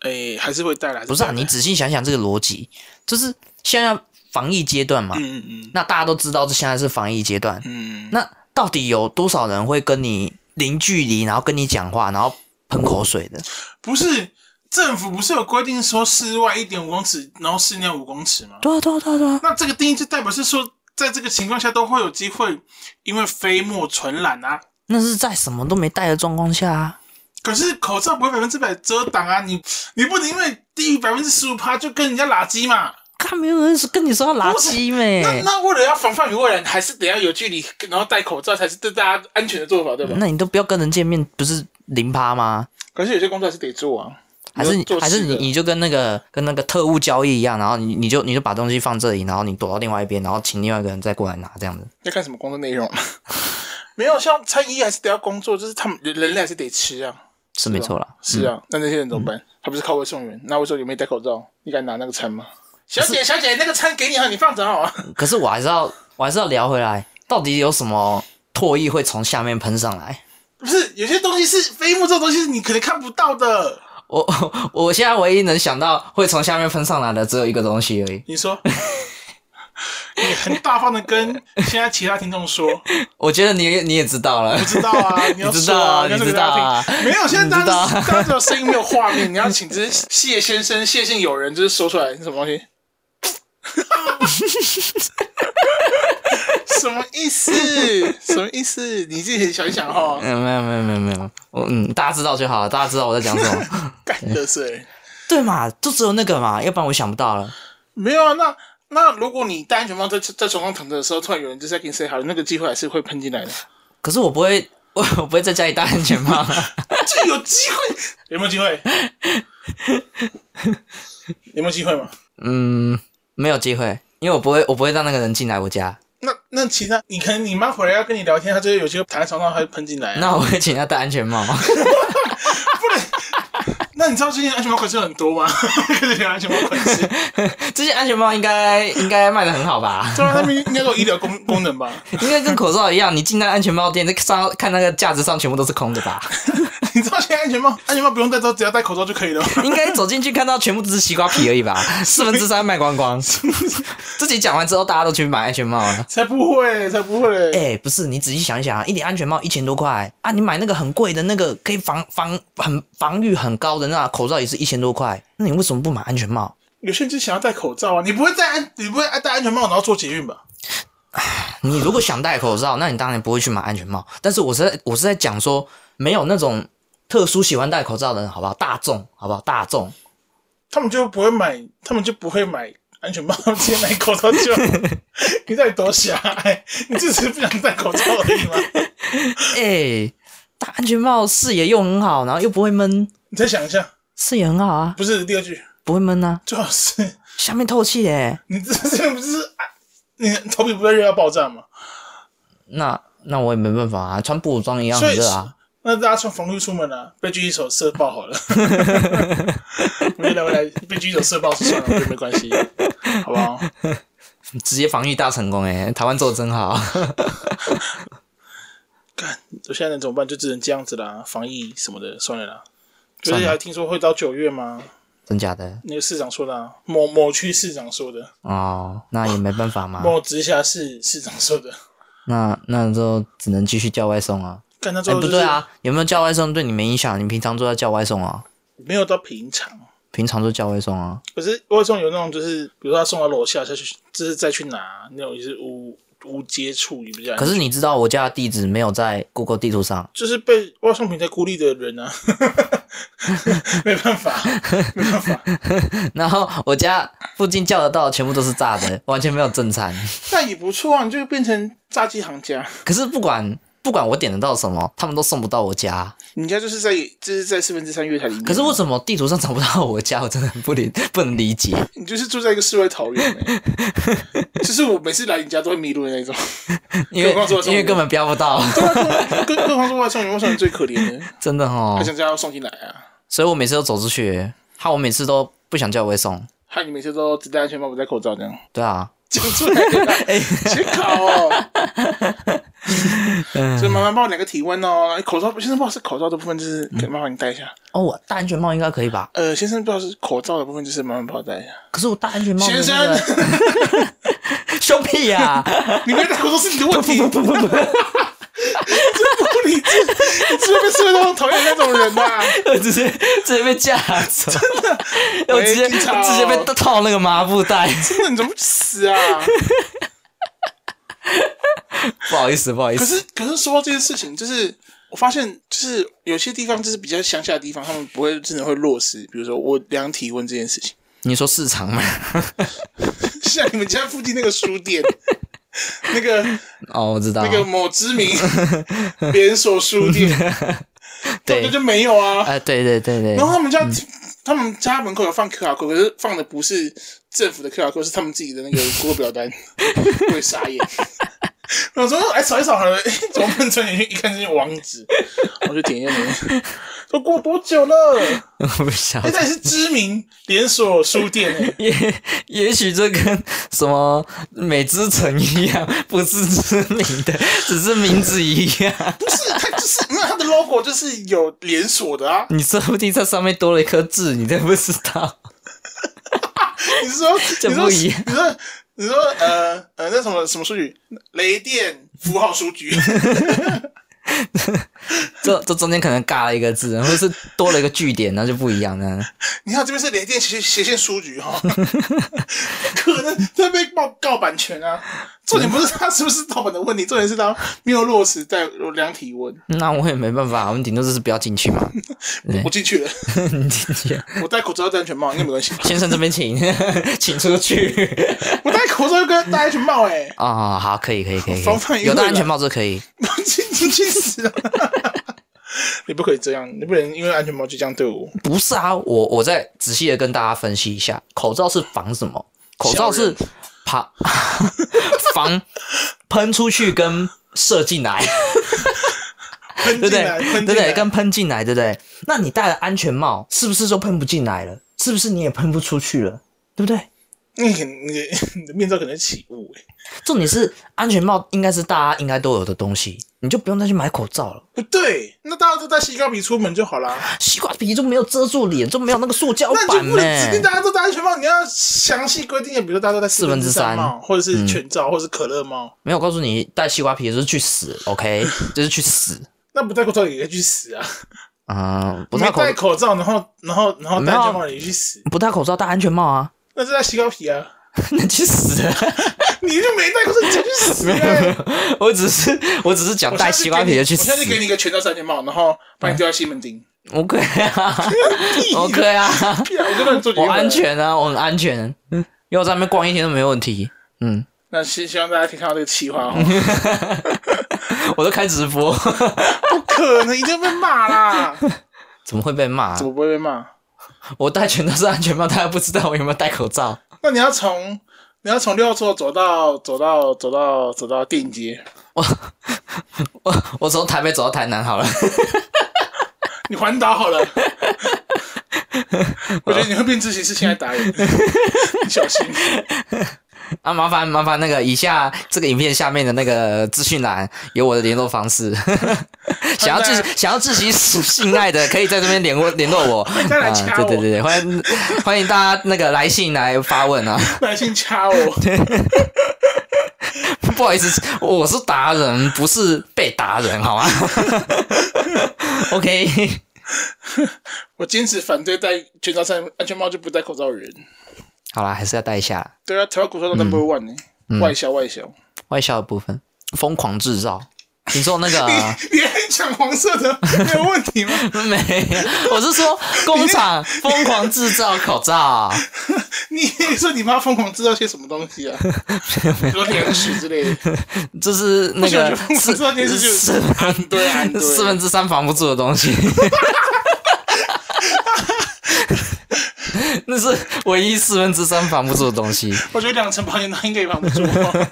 [SPEAKER 2] 哎，还是会戴啦。还
[SPEAKER 1] 不是啊？
[SPEAKER 2] 戴的
[SPEAKER 1] 你仔细想想这个逻辑，就是现在防疫阶段嘛，
[SPEAKER 2] 嗯嗯
[SPEAKER 1] 那大家都知道这现在是防疫阶段，
[SPEAKER 2] 嗯嗯，
[SPEAKER 1] 那到底有多少人会跟你零距离，然后跟你讲话，然后喷口水的？
[SPEAKER 2] 不是。政府不是有规定说室外一点五公尺，然后室内五公尺吗？
[SPEAKER 1] 对啊，对啊，对啊，对啊，
[SPEAKER 2] 那这个定义就代表是说，在这个情况下都会有机会因为飞沫传染啊。
[SPEAKER 1] 那是在什么都没戴的状况下啊。
[SPEAKER 2] 可是口罩不会百分之百遮挡啊，你你不能因为低于百分之十五趴就跟人家垃圾嘛。
[SPEAKER 1] 看没有人是跟你说垃圾
[SPEAKER 2] 那
[SPEAKER 1] 没？
[SPEAKER 2] 那为了要防范于未然，还是得要有距离，然后戴口罩才是对大家安全的做法，对吧？
[SPEAKER 1] 那你都不要跟人见面，不是零趴吗？
[SPEAKER 2] 可是有些工作还是得做啊，
[SPEAKER 1] 还是
[SPEAKER 2] 你
[SPEAKER 1] 你
[SPEAKER 2] 要做
[SPEAKER 1] 还是
[SPEAKER 2] 事的
[SPEAKER 1] 你你就跟那个跟那个特务交易一样，然后你你就你就把东西放这里，然后你躲到另外一边，然后请另外一个人再过来拿这样子。
[SPEAKER 2] 要看什么工作内容。 没有，像餐饮业还是得要工作，就是他们人人类还是得吃啊，
[SPEAKER 1] 是没错啦，
[SPEAKER 2] 是啊。那那些人怎么办？他不是靠外送员？那外送员没戴口罩，你敢拿那个餐吗？小姐，小姐，那个餐给你啊，你放着好啊。
[SPEAKER 1] 可是我还是要，我还是要聊回来，到底有什么唾液会从下面喷上来？
[SPEAKER 2] 不是，有些东西是飞沫，这种东西是你可能看不到的。
[SPEAKER 1] 我我现在唯一能想到会从下面喷上来的只有一个东西而已，
[SPEAKER 2] 你说，你很大方的跟现在其他听众说，
[SPEAKER 1] 我觉得你也你也知道了，
[SPEAKER 2] 知道 啊，你要
[SPEAKER 1] 知
[SPEAKER 2] 说
[SPEAKER 1] 道啊
[SPEAKER 2] 啊，
[SPEAKER 1] 你
[SPEAKER 2] 要说给
[SPEAKER 1] 知
[SPEAKER 2] 大
[SPEAKER 1] 道
[SPEAKER 2] 家
[SPEAKER 1] 啊
[SPEAKER 2] 听。没有，现在大
[SPEAKER 1] 你知道
[SPEAKER 2] 家
[SPEAKER 1] 啊
[SPEAKER 2] 大家只有声音没有画面， 你要请这些谢先生、谢姓友人，就是说出来是什么东西。 什么意思？什么意思？你自己想一想哦，
[SPEAKER 1] 嗯，没有没有没有没有，我嗯，大家知道就好了，大家知道我在讲什么，
[SPEAKER 2] 干的水。
[SPEAKER 1] 对嘛，就只有那个嘛，要不然我想不到了。
[SPEAKER 2] 没有啊，那那如果你戴安全帽在在床上躺着的时候，突然有人就在跟你 say 好，那个机会还是会喷进来的，
[SPEAKER 1] 可是我不会，我我不会在家里戴安全帽，
[SPEAKER 2] 就有机会，有没有机会？有没有机会嘛？
[SPEAKER 1] 嗯，没有机会，因为我不会，我不会让那个人进来我家，
[SPEAKER 2] 那那其他，你可能你妈回来要跟你聊天，她就会有机会躺在床上，她就喷进来、啊。
[SPEAKER 1] 那我会请他戴安全帽。
[SPEAKER 2] 那你知道最近安全帽款式很多吗？ 最近安全帽款 式，
[SPEAKER 1] 这些安全帽应该应该卖的很好吧？
[SPEAKER 2] 当然他们应该都有医疗功 功能吧？
[SPEAKER 1] 应该跟口罩一样，你进那安全帽店，上看那个架子上全部都是空的 吧？
[SPEAKER 2] 你知道现在安全帽，安全帽不用戴，都只要戴口罩就可以了 吗。
[SPEAKER 1] 应该走进去看到全部只是西瓜皮而已吧？四分之三卖光 光。自己讲完之后，大家都去买安全帽啊了。
[SPEAKER 2] 才不会，才不会。
[SPEAKER 1] 哎、不是，你仔细想一想啊，一顶安全帽一千多块啊，你买那个很贵的那个可以防防很防御很高的那口罩也是一千多块，那你为什么不买安全帽？
[SPEAKER 2] 有些人就想要戴口罩啊，你不会戴安，你不会啊戴安全帽然后做捷运吧？
[SPEAKER 1] 你如果想戴口罩，那你当然不会去买安全帽。但是我是在我是在讲说，没有那种特殊喜欢戴口罩的人，好不好？大众，好不好？大众，
[SPEAKER 2] 他们就不会买，他们就不会买安全帽，他们直接买口罩就 好。你到底多狭隘？你只是不想戴口罩而已吗？
[SPEAKER 1] 哎、戴安全帽视野又很好，然后又不会闷，
[SPEAKER 2] 你再想一下，
[SPEAKER 1] 视野很好啊，
[SPEAKER 2] 不是第二句，
[SPEAKER 1] 不会闷啊，
[SPEAKER 2] 最好是
[SPEAKER 1] 下面透气哎、
[SPEAKER 2] 你这这不是啊你头皮不会热到爆炸吗？
[SPEAKER 1] 那那我也没办法啊，穿布装一样
[SPEAKER 2] 所
[SPEAKER 1] 很
[SPEAKER 2] 以
[SPEAKER 1] 热 啊。
[SPEAKER 2] 那大家穿防护衣出门啊，被狙击手射爆好了。 没来没来，被狙击手射爆算了，我觉得没关系，好不好？
[SPEAKER 1] 直接防御大成功哎、台湾做的真好。
[SPEAKER 2] 干，我现在能怎么办？就只能这样子啦，防疫什么的，算了啦。就
[SPEAKER 1] 算
[SPEAKER 2] 是
[SPEAKER 1] 了
[SPEAKER 2] 还听说会到九月吗？
[SPEAKER 1] 真假的
[SPEAKER 2] 那个市长说的、啊，某某区市长说的，
[SPEAKER 1] 哦，那也没办法 嘛，
[SPEAKER 2] 某直辖市市长说的。
[SPEAKER 1] 那那就只能继续叫外送啊。
[SPEAKER 2] 干他之
[SPEAKER 1] 哎、
[SPEAKER 2] 后、
[SPEAKER 1] 不对，啊，有没有叫外送对你没影响？你平常都在叫外送啊，
[SPEAKER 2] 没有到平常。
[SPEAKER 1] 平常都叫外送啊。
[SPEAKER 2] 可是外送有那种，就是比如说他送到楼下下去，就是再去拿那种，就是五无接触也比较安
[SPEAKER 1] 可
[SPEAKER 2] 全。
[SPEAKER 1] 是你知道我家的地址没有在 Google 地图上，
[SPEAKER 2] 就是被外送平台孤立的人啊， 没办 法，没办法。
[SPEAKER 1] 然后我家附近叫得到的全部都是炸的， 完全没有正餐。
[SPEAKER 2] 那也不错啊，你就变成炸鸡行家。
[SPEAKER 1] 可是不管不管我点得到什么，他们都送不到我家。
[SPEAKER 2] 你家就是在就是在四分之三月台里面，啊
[SPEAKER 1] 可是为什么地图上找不到我家？我 真的很不理不能理解。
[SPEAKER 2] 你就是住在一个世外桃源、欸，就是我每次来你家都会迷路的那种。
[SPEAKER 1] 因为
[SPEAKER 2] 更何况是外送
[SPEAKER 1] 因为
[SPEAKER 2] 员
[SPEAKER 1] 根本标不到，
[SPEAKER 2] 对啊，更更更何况是外送员，外送员最可怜 的，
[SPEAKER 1] 真的哦
[SPEAKER 2] 他。想叫他送进来啊，
[SPEAKER 1] 所以我每次都走出去，害我每次都不想叫外送。
[SPEAKER 2] 害你每次都只戴安全帽不戴口罩这样。
[SPEAKER 1] 对啊，
[SPEAKER 2] 讲出来 了，写考 哦。所以麻烦帮我量个体温哦。口罩，先生不好意思，口罩的部分就是可以麻烦你戴一下。
[SPEAKER 1] 哦，我戴安全帽应该可以吧？
[SPEAKER 2] 呃，先生不好意思，口罩的部分就是麻烦帮我戴一下。
[SPEAKER 1] 可是我戴安全帽的那
[SPEAKER 2] 先
[SPEAKER 1] 个，啊
[SPEAKER 2] 生，
[SPEAKER 1] 凶屁呀、
[SPEAKER 2] 你没戴口罩是你的 问题。真不理智，你是不是被社会中讨厌的那种人呐、 啊？
[SPEAKER 1] 我 直接直接被架走，真的，我 直接
[SPEAKER 2] 喂警察哦
[SPEAKER 1] 直接被套那个麻布袋。
[SPEAKER 2] 真的，你怎么不去死啊？
[SPEAKER 1] 不好意思，不好意
[SPEAKER 2] 可
[SPEAKER 1] 思，
[SPEAKER 2] 是，可是说到这件事情，就是我发现，就是有些地方就是比较乡下的地方，他们不会真的会落实。比如说我量体温这件事情。
[SPEAKER 1] 你说市场吗？
[SPEAKER 2] 像你们家附近那个书店， 那个
[SPEAKER 1] 哦，我知道，
[SPEAKER 2] 那个某知名 连锁书店，那
[SPEAKER 1] 对，
[SPEAKER 2] 就没有啊。
[SPEAKER 1] 哎、对对对对
[SPEAKER 2] 然，后他们家、
[SPEAKER 1] 嗯
[SPEAKER 2] 他们家门口有放 QR code，可是放的不是政府的 QR code，是他们自己的那个 Google 表单，会傻眼。我说：“哎，扫一扫好了，哎 怎么喷成进去？一看就是网址，我就点一下点。都过多久了？
[SPEAKER 1] 我不晓得，
[SPEAKER 2] 哎，那也是知名连锁书店、哎
[SPEAKER 1] 也也许这跟什么美之城一样，不是知名的， 只是名字一样。
[SPEAKER 2] 不是它就是没有它的 logo，就是有连锁的啊。
[SPEAKER 1] 你说不定在上面多了一颗痣，你都不知道。
[SPEAKER 2] 你是说
[SPEAKER 1] 这
[SPEAKER 2] 你说
[SPEAKER 1] 不一样
[SPEAKER 2] 你说你说呃呃，那什么什么数据？雷电符号数据，
[SPEAKER 1] 这这中间可能尬了一个字，或者是多了一个句点，那就不一样了。
[SPEAKER 2] 你看这边是雷电斜斜线数据哈， 可能这被告告版权啊。重点不是他是不是盗版的问题，重点是他没有落实在量体温。
[SPEAKER 1] 那我也没办法，我们顶多就是不要进去嘛。
[SPEAKER 2] 我进去了，
[SPEAKER 1] 你进去，
[SPEAKER 2] 我戴口罩戴安全帽应该没关系吧。
[SPEAKER 1] 先生这边请， 请出去。
[SPEAKER 2] 我戴口罩又跟戴安全帽哎、 欸，
[SPEAKER 1] 哦，好，可以，可以，可以，
[SPEAKER 2] 防范
[SPEAKER 1] 可
[SPEAKER 2] 于
[SPEAKER 1] 以
[SPEAKER 2] 未
[SPEAKER 1] 有戴
[SPEAKER 2] 然
[SPEAKER 1] 安全帽就可以。
[SPEAKER 2] 我进进去死了。 你不可以这样，你不能因为安全帽就这样对我。
[SPEAKER 1] 不是啊，我我再仔细的跟大家分析一下，口罩是防什么？口罩是怕 防喷出去跟射进来，
[SPEAKER 2] 喷
[SPEAKER 1] 对不
[SPEAKER 2] 进
[SPEAKER 1] 对？
[SPEAKER 2] 来，
[SPEAKER 1] 对
[SPEAKER 2] 喷
[SPEAKER 1] 不
[SPEAKER 2] 进来
[SPEAKER 1] 对？，跟喷进来，对不对？那你戴了安全帽，是不是就喷不进来了？是不是你也喷不出去了？对不对？
[SPEAKER 2] 你可能你 的你的面罩可能起雾哎、
[SPEAKER 1] 重点是安全帽应该是大家应该都有的东西，你就不用再去买口罩了。
[SPEAKER 2] 不对，那大家都戴西瓜皮出门就好啦。
[SPEAKER 1] 西瓜皮就没有遮住脸，就没有那个塑胶
[SPEAKER 2] 那
[SPEAKER 1] 哦
[SPEAKER 2] 你
[SPEAKER 1] 板
[SPEAKER 2] 就不
[SPEAKER 1] 呢、
[SPEAKER 2] 能指定大家都戴安全帽，你要详细规定，比如说大家都戴四分之三帽，或者
[SPEAKER 1] 嗯
[SPEAKER 2] 是全罩，或者是可乐帽。
[SPEAKER 1] 没有告诉你戴西瓜皮就是去死，OK，就是 去死。
[SPEAKER 2] 那不戴口罩也可以去死啊！
[SPEAKER 1] 嗯，不
[SPEAKER 2] 没
[SPEAKER 1] 戴口
[SPEAKER 2] 戴口罩，然后然后然后戴安全帽也去死，
[SPEAKER 1] 不戴口罩戴安全帽啊，
[SPEAKER 2] 那就戴西瓜皮啊！
[SPEAKER 1] 那去死啊！
[SPEAKER 2] 你就没戴口罩，你就去死、欸！
[SPEAKER 1] 我只是我只是讲
[SPEAKER 2] 我
[SPEAKER 1] 戴
[SPEAKER 2] 下次
[SPEAKER 1] 西
[SPEAKER 2] 给
[SPEAKER 1] 瓜皮
[SPEAKER 2] 你
[SPEAKER 1] 的去
[SPEAKER 2] 我
[SPEAKER 1] 死
[SPEAKER 2] 下次给你一个全罩三件帽，然后把你丢在西门町。
[SPEAKER 1] ，OK 啊，OK 啊，
[SPEAKER 2] 屁啊！我就让你做决
[SPEAKER 1] 我
[SPEAKER 2] 定。
[SPEAKER 1] 安。全啊，我很安全，嗯，因为我在那边逛一天都没问题，嗯，
[SPEAKER 2] 那希希望大家可以看到这个企划哦。
[SPEAKER 1] 我都开直播，
[SPEAKER 2] 不可能，一定会被骂啦！
[SPEAKER 1] 怎么会被骂啊
[SPEAKER 2] 怎？么不会被骂？
[SPEAKER 1] 我戴全都是安全帽，大家不知道我有没有戴口罩。
[SPEAKER 2] 那你要从你要从六号出口走到走到走到走到电影街，
[SPEAKER 1] 我我从台北走到台南好了，
[SPEAKER 2] 你环岛 好了。我觉得你会变自行是现在 打人，你小心。
[SPEAKER 1] 啊，麻烦麻烦那个以下这个影片下面的那个资讯栏有我的联络方式， 想要自想要自习室性爱的，可以在这边联络联络我。
[SPEAKER 2] 迎大家来
[SPEAKER 1] 啊
[SPEAKER 2] 掐
[SPEAKER 1] 对对
[SPEAKER 2] 我
[SPEAKER 1] 对对，欢迎欢迎大家那个来信来发问啊！
[SPEAKER 2] 来信掐我，
[SPEAKER 1] 不好意思，我是达人，不是被达人，好吗 ？OK，
[SPEAKER 2] 我坚持反对戴全罩衫、安全帽就不戴口罩的人。
[SPEAKER 1] 好啦，还是要带一下。嗯
[SPEAKER 2] 对啊，台湾口罩都 number one 欸呢、外销外销，
[SPEAKER 1] 外销的部分，疯狂制造。你说那个
[SPEAKER 2] 你还讲黄色的没有问题吗？
[SPEAKER 1] 没有？我是说工厂疯狂制造口罩，
[SPEAKER 2] 你你说你妈疯狂制造些什么东 西啊？比如说粮食之类的，
[SPEAKER 1] 就是那
[SPEAKER 2] 我
[SPEAKER 1] 个
[SPEAKER 2] 觉得我
[SPEAKER 1] 四
[SPEAKER 2] 知道电视剧
[SPEAKER 1] 四分
[SPEAKER 2] 对啊对
[SPEAKER 1] 四分之三防不住的东西。 那是唯一四分之三防不住的东西，
[SPEAKER 2] 我觉得两层保险套应该也防不住。哦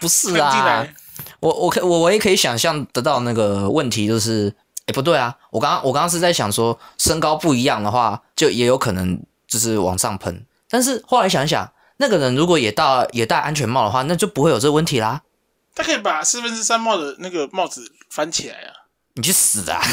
[SPEAKER 1] 不是
[SPEAKER 2] 进
[SPEAKER 1] 啊
[SPEAKER 2] 来，，
[SPEAKER 1] 我我可我唯一可以想象得到那个问题就是，哎、不对啊！我刚刚我刚刚是在想说，身高不一样的话，就也有可能就是往上喷。但是后来想一想，那个人如果也戴也戴安全帽的话，那就不会有这个问题啦。
[SPEAKER 2] 他可以把四分之三帽的那个帽子翻起来啊。
[SPEAKER 1] 你去死啊！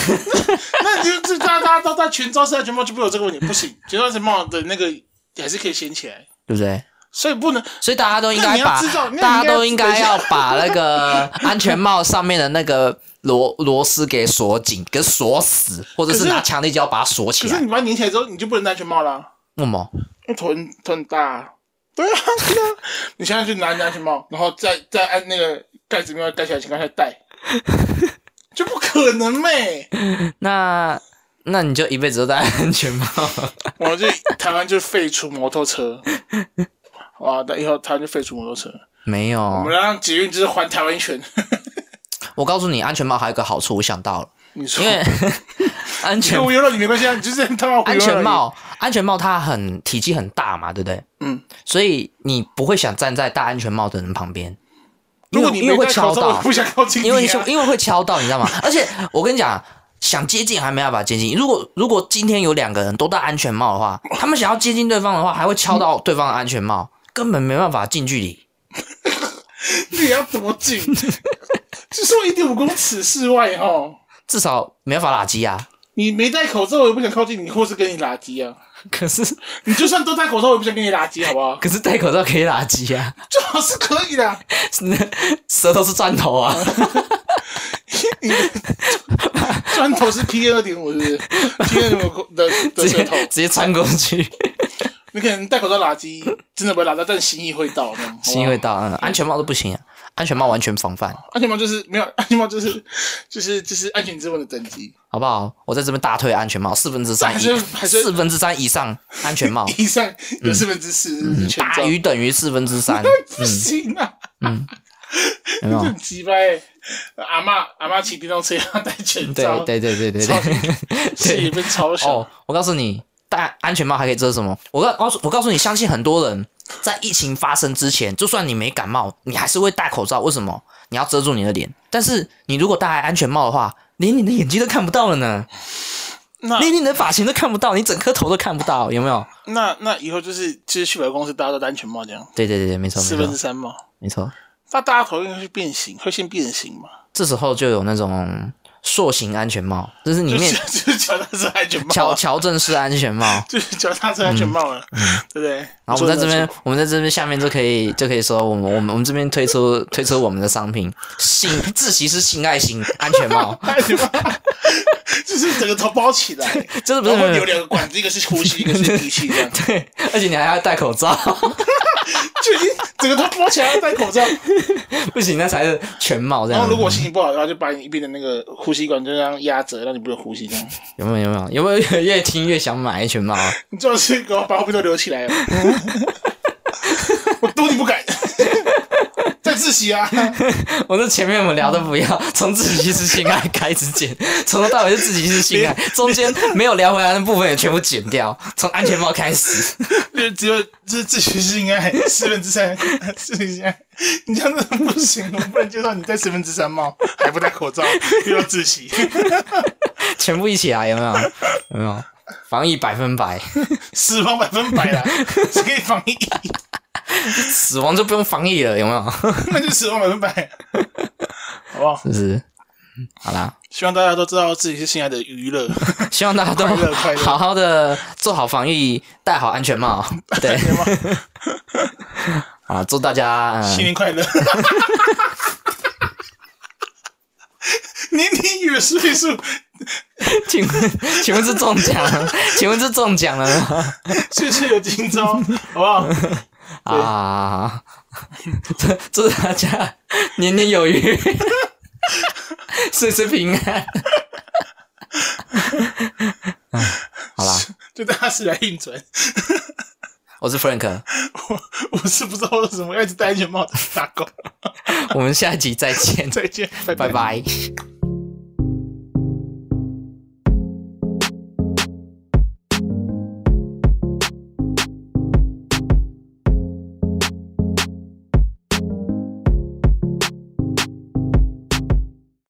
[SPEAKER 2] 那就就大家大家都戴全罩式安全帽就不会有这个问题，不行，全罩式帽的那个还是可以掀起来，
[SPEAKER 1] 对不对？
[SPEAKER 2] 所以不能
[SPEAKER 1] 所以大家都应
[SPEAKER 2] 那
[SPEAKER 1] 该
[SPEAKER 2] 你要
[SPEAKER 1] 把
[SPEAKER 2] 知道那你应该
[SPEAKER 1] 大家都应该要把那个 安全帽上面的那个螺螺丝给锁紧，给锁死，或者
[SPEAKER 2] 可
[SPEAKER 1] 是
[SPEAKER 2] 是
[SPEAKER 1] 拿强力胶把它锁起
[SPEAKER 2] 可是
[SPEAKER 1] 来。
[SPEAKER 2] 你把它拧起来之后，你就不能戴安全帽啦、
[SPEAKER 1] 为什么？
[SPEAKER 2] 因为头很头很大、啊。对啊，对啊。你现在去拿人家安全帽，然后再再按那个盖子没有盖起来，请赶快戴，就不可能妹。
[SPEAKER 1] 那那你就一辈子都戴安全帽。
[SPEAKER 2] 我们就台湾就废除摩托车，哇！那以后台湾就废除摩托车，
[SPEAKER 1] 没
[SPEAKER 2] 我
[SPEAKER 1] 有
[SPEAKER 2] 们，让捷运就是还台湾 一拳。
[SPEAKER 1] 我告诉你，安全帽还有一个好处，我想到了，
[SPEAKER 2] 你说
[SPEAKER 1] 因， 为安全
[SPEAKER 2] 跟我游到你没关系啊，你就是他妈忽
[SPEAKER 1] 安
[SPEAKER 2] 悠了你
[SPEAKER 1] 全，帽安全帽它很体积很大嘛，对不对？
[SPEAKER 2] 嗯。
[SPEAKER 1] 所以你不会想站在戴安全帽的人旁边，
[SPEAKER 2] 如果
[SPEAKER 1] 因
[SPEAKER 2] 你
[SPEAKER 1] 为因为
[SPEAKER 2] 没
[SPEAKER 1] 会
[SPEAKER 2] 戴
[SPEAKER 1] 敲
[SPEAKER 2] 口罩，我
[SPEAKER 1] 到
[SPEAKER 2] 也，不想靠近你、啊。
[SPEAKER 1] 因为你因为会敲到，你知道吗？ 而且我跟你讲，想接近还没办法接近。如果如果今天有两个人都戴安全帽的话，他们想要接近对方的话，还会敲到对方的安全帽，根本没办法近距离。
[SPEAKER 2] 你要多近？ 就说一点五公尺室外哦。
[SPEAKER 1] 至少没办法打击啊。
[SPEAKER 2] 你没戴口罩，我也不想靠近你，或是跟你拉鸡啊。
[SPEAKER 1] 可是
[SPEAKER 2] 你就算都戴口罩，我也不想跟你拉鸡，好不好？
[SPEAKER 1] 可是戴口罩可以打击啊，
[SPEAKER 2] 最好是可以的。
[SPEAKER 1] 舌头是砖头 啊。
[SPEAKER 2] 砖头是 P 二点五，是不是？P 二点五的的
[SPEAKER 1] 直
[SPEAKER 2] 舌
[SPEAKER 1] 接
[SPEAKER 2] 头，
[SPEAKER 1] 直接穿过去，
[SPEAKER 2] 你可能戴口罩拉鸡，真的不会拉到，但心意会到那种。
[SPEAKER 1] 心会
[SPEAKER 2] 到。
[SPEAKER 1] 到。嗯，安全帽都不行啊，安全帽完全防范，
[SPEAKER 2] 安全帽就是没有，安全帽就是就是就是安全之问的等级
[SPEAKER 1] 好不好？我在这边大推安全帽，四分之三
[SPEAKER 2] 还
[SPEAKER 1] 以
[SPEAKER 2] 是还是，
[SPEAKER 1] 四分之三以上安全帽
[SPEAKER 2] 以上有四分之四是全
[SPEAKER 1] 嗯大
[SPEAKER 2] 罩，
[SPEAKER 1] 于等于四分之 三，
[SPEAKER 2] 不行啊。
[SPEAKER 1] 有嗯没
[SPEAKER 2] 这
[SPEAKER 1] 有
[SPEAKER 2] 很？鸡掰欸！阿妈阿妈骑电动车要戴全
[SPEAKER 1] 对
[SPEAKER 2] 罩，
[SPEAKER 1] 对对对对
[SPEAKER 2] 超
[SPEAKER 1] 对。
[SPEAKER 2] 视野被超小
[SPEAKER 1] 哦。，我告诉你，戴安全帽还可以遮什么？我告告诉我告诉你，相信很多人在疫情发生之前，就算你没感冒，你还是会戴口罩。为什么？你要遮住你的脸。但是你如果戴安全帽的话，连你的眼睛都看不到了呢，
[SPEAKER 2] 那
[SPEAKER 1] 连你的发型都看不到，你整颗头都看不到，有没有？
[SPEAKER 2] 那那以后就是就是去百货公司大家都戴安全帽这样，
[SPEAKER 1] 对对对对，没错
[SPEAKER 2] 四
[SPEAKER 1] 没
[SPEAKER 2] 分之
[SPEAKER 1] 错
[SPEAKER 2] 三帽。
[SPEAKER 1] 没错。
[SPEAKER 2] 那大家头应该是变形，会先变形嘛？
[SPEAKER 1] 这时候就有那种塑形安全帽，就是里
[SPEAKER 2] 就
[SPEAKER 1] 面
[SPEAKER 2] 是啊就是脚踏车安全帽
[SPEAKER 1] 乔
[SPEAKER 2] 啊，
[SPEAKER 1] 乔正式安全帽。
[SPEAKER 2] 就是脚踏车安全帽了，对不对？，
[SPEAKER 1] 嗯然后我们在这边，我们在这边下面就可以就可以说，我们我们我们这边推出推出我们的商品，性 自习是性爱型安全帽
[SPEAKER 2] 安全帽， 就是整个头包起来，
[SPEAKER 1] 就是不
[SPEAKER 2] 然
[SPEAKER 1] 是
[SPEAKER 2] 后会
[SPEAKER 1] 不是
[SPEAKER 2] 留两个管子，一个是呼吸，一个是鼻气，这样
[SPEAKER 1] 对，而且你还要戴口罩，
[SPEAKER 2] 就已经整个头包起来要戴口罩。
[SPEAKER 1] 不行，那才是全帽这
[SPEAKER 2] 然
[SPEAKER 1] 样
[SPEAKER 2] 后。如果心情不好的话，就把你一边的那个呼吸管就这样压着，让你不能呼吸这样。
[SPEAKER 1] 有没有有没有有没有越听越想买安全帽？啊
[SPEAKER 2] 你最好是给我把后面都留起来了，我都你不敢，在自习啊，
[SPEAKER 1] 我这前面我们聊的不要， 从自习是性爱开始剪，从头到尾是自习是性爱，中间没有聊回来的部分也全部剪掉，从安全帽开始。
[SPEAKER 2] 就只有就是自习是应该十分之三， 四分之三，你这样子不行，我不能接受你戴十分之三帽，还不戴口罩，又要自习，
[SPEAKER 1] 全部一起来，有没有？有没有？防疫百分百，
[SPEAKER 2] 死亡百分百啦，只可以防疫，
[SPEAKER 1] 死亡就不用防疫了，有没有？
[SPEAKER 2] 那就死亡百分百，好不好？
[SPEAKER 1] 是不是？
[SPEAKER 2] 嗯
[SPEAKER 1] 好啦，
[SPEAKER 2] 希望大家都知道自己是性爱的娱乐，
[SPEAKER 1] 希望大家都
[SPEAKER 2] 快乐快乐
[SPEAKER 1] 好好的做好防疫，戴好安全 帽。对，啊，祝大家、嗯、
[SPEAKER 2] 新年快乐。年底与岁数，
[SPEAKER 1] 请问请问是 中奖了？请问是中奖了吗？
[SPEAKER 2] 岁岁有今朝，好不好？
[SPEAKER 1] 啊，祝祝大家年年有 余，岁岁平安。好啦，
[SPEAKER 2] 就大家是来硬转。
[SPEAKER 1] 我是 Frank，
[SPEAKER 2] 我是不知道为什么要一直戴安全帽打工。
[SPEAKER 1] 我们下一集再见，
[SPEAKER 2] 再见，拜
[SPEAKER 1] 拜
[SPEAKER 2] 拜。
[SPEAKER 1] 拜。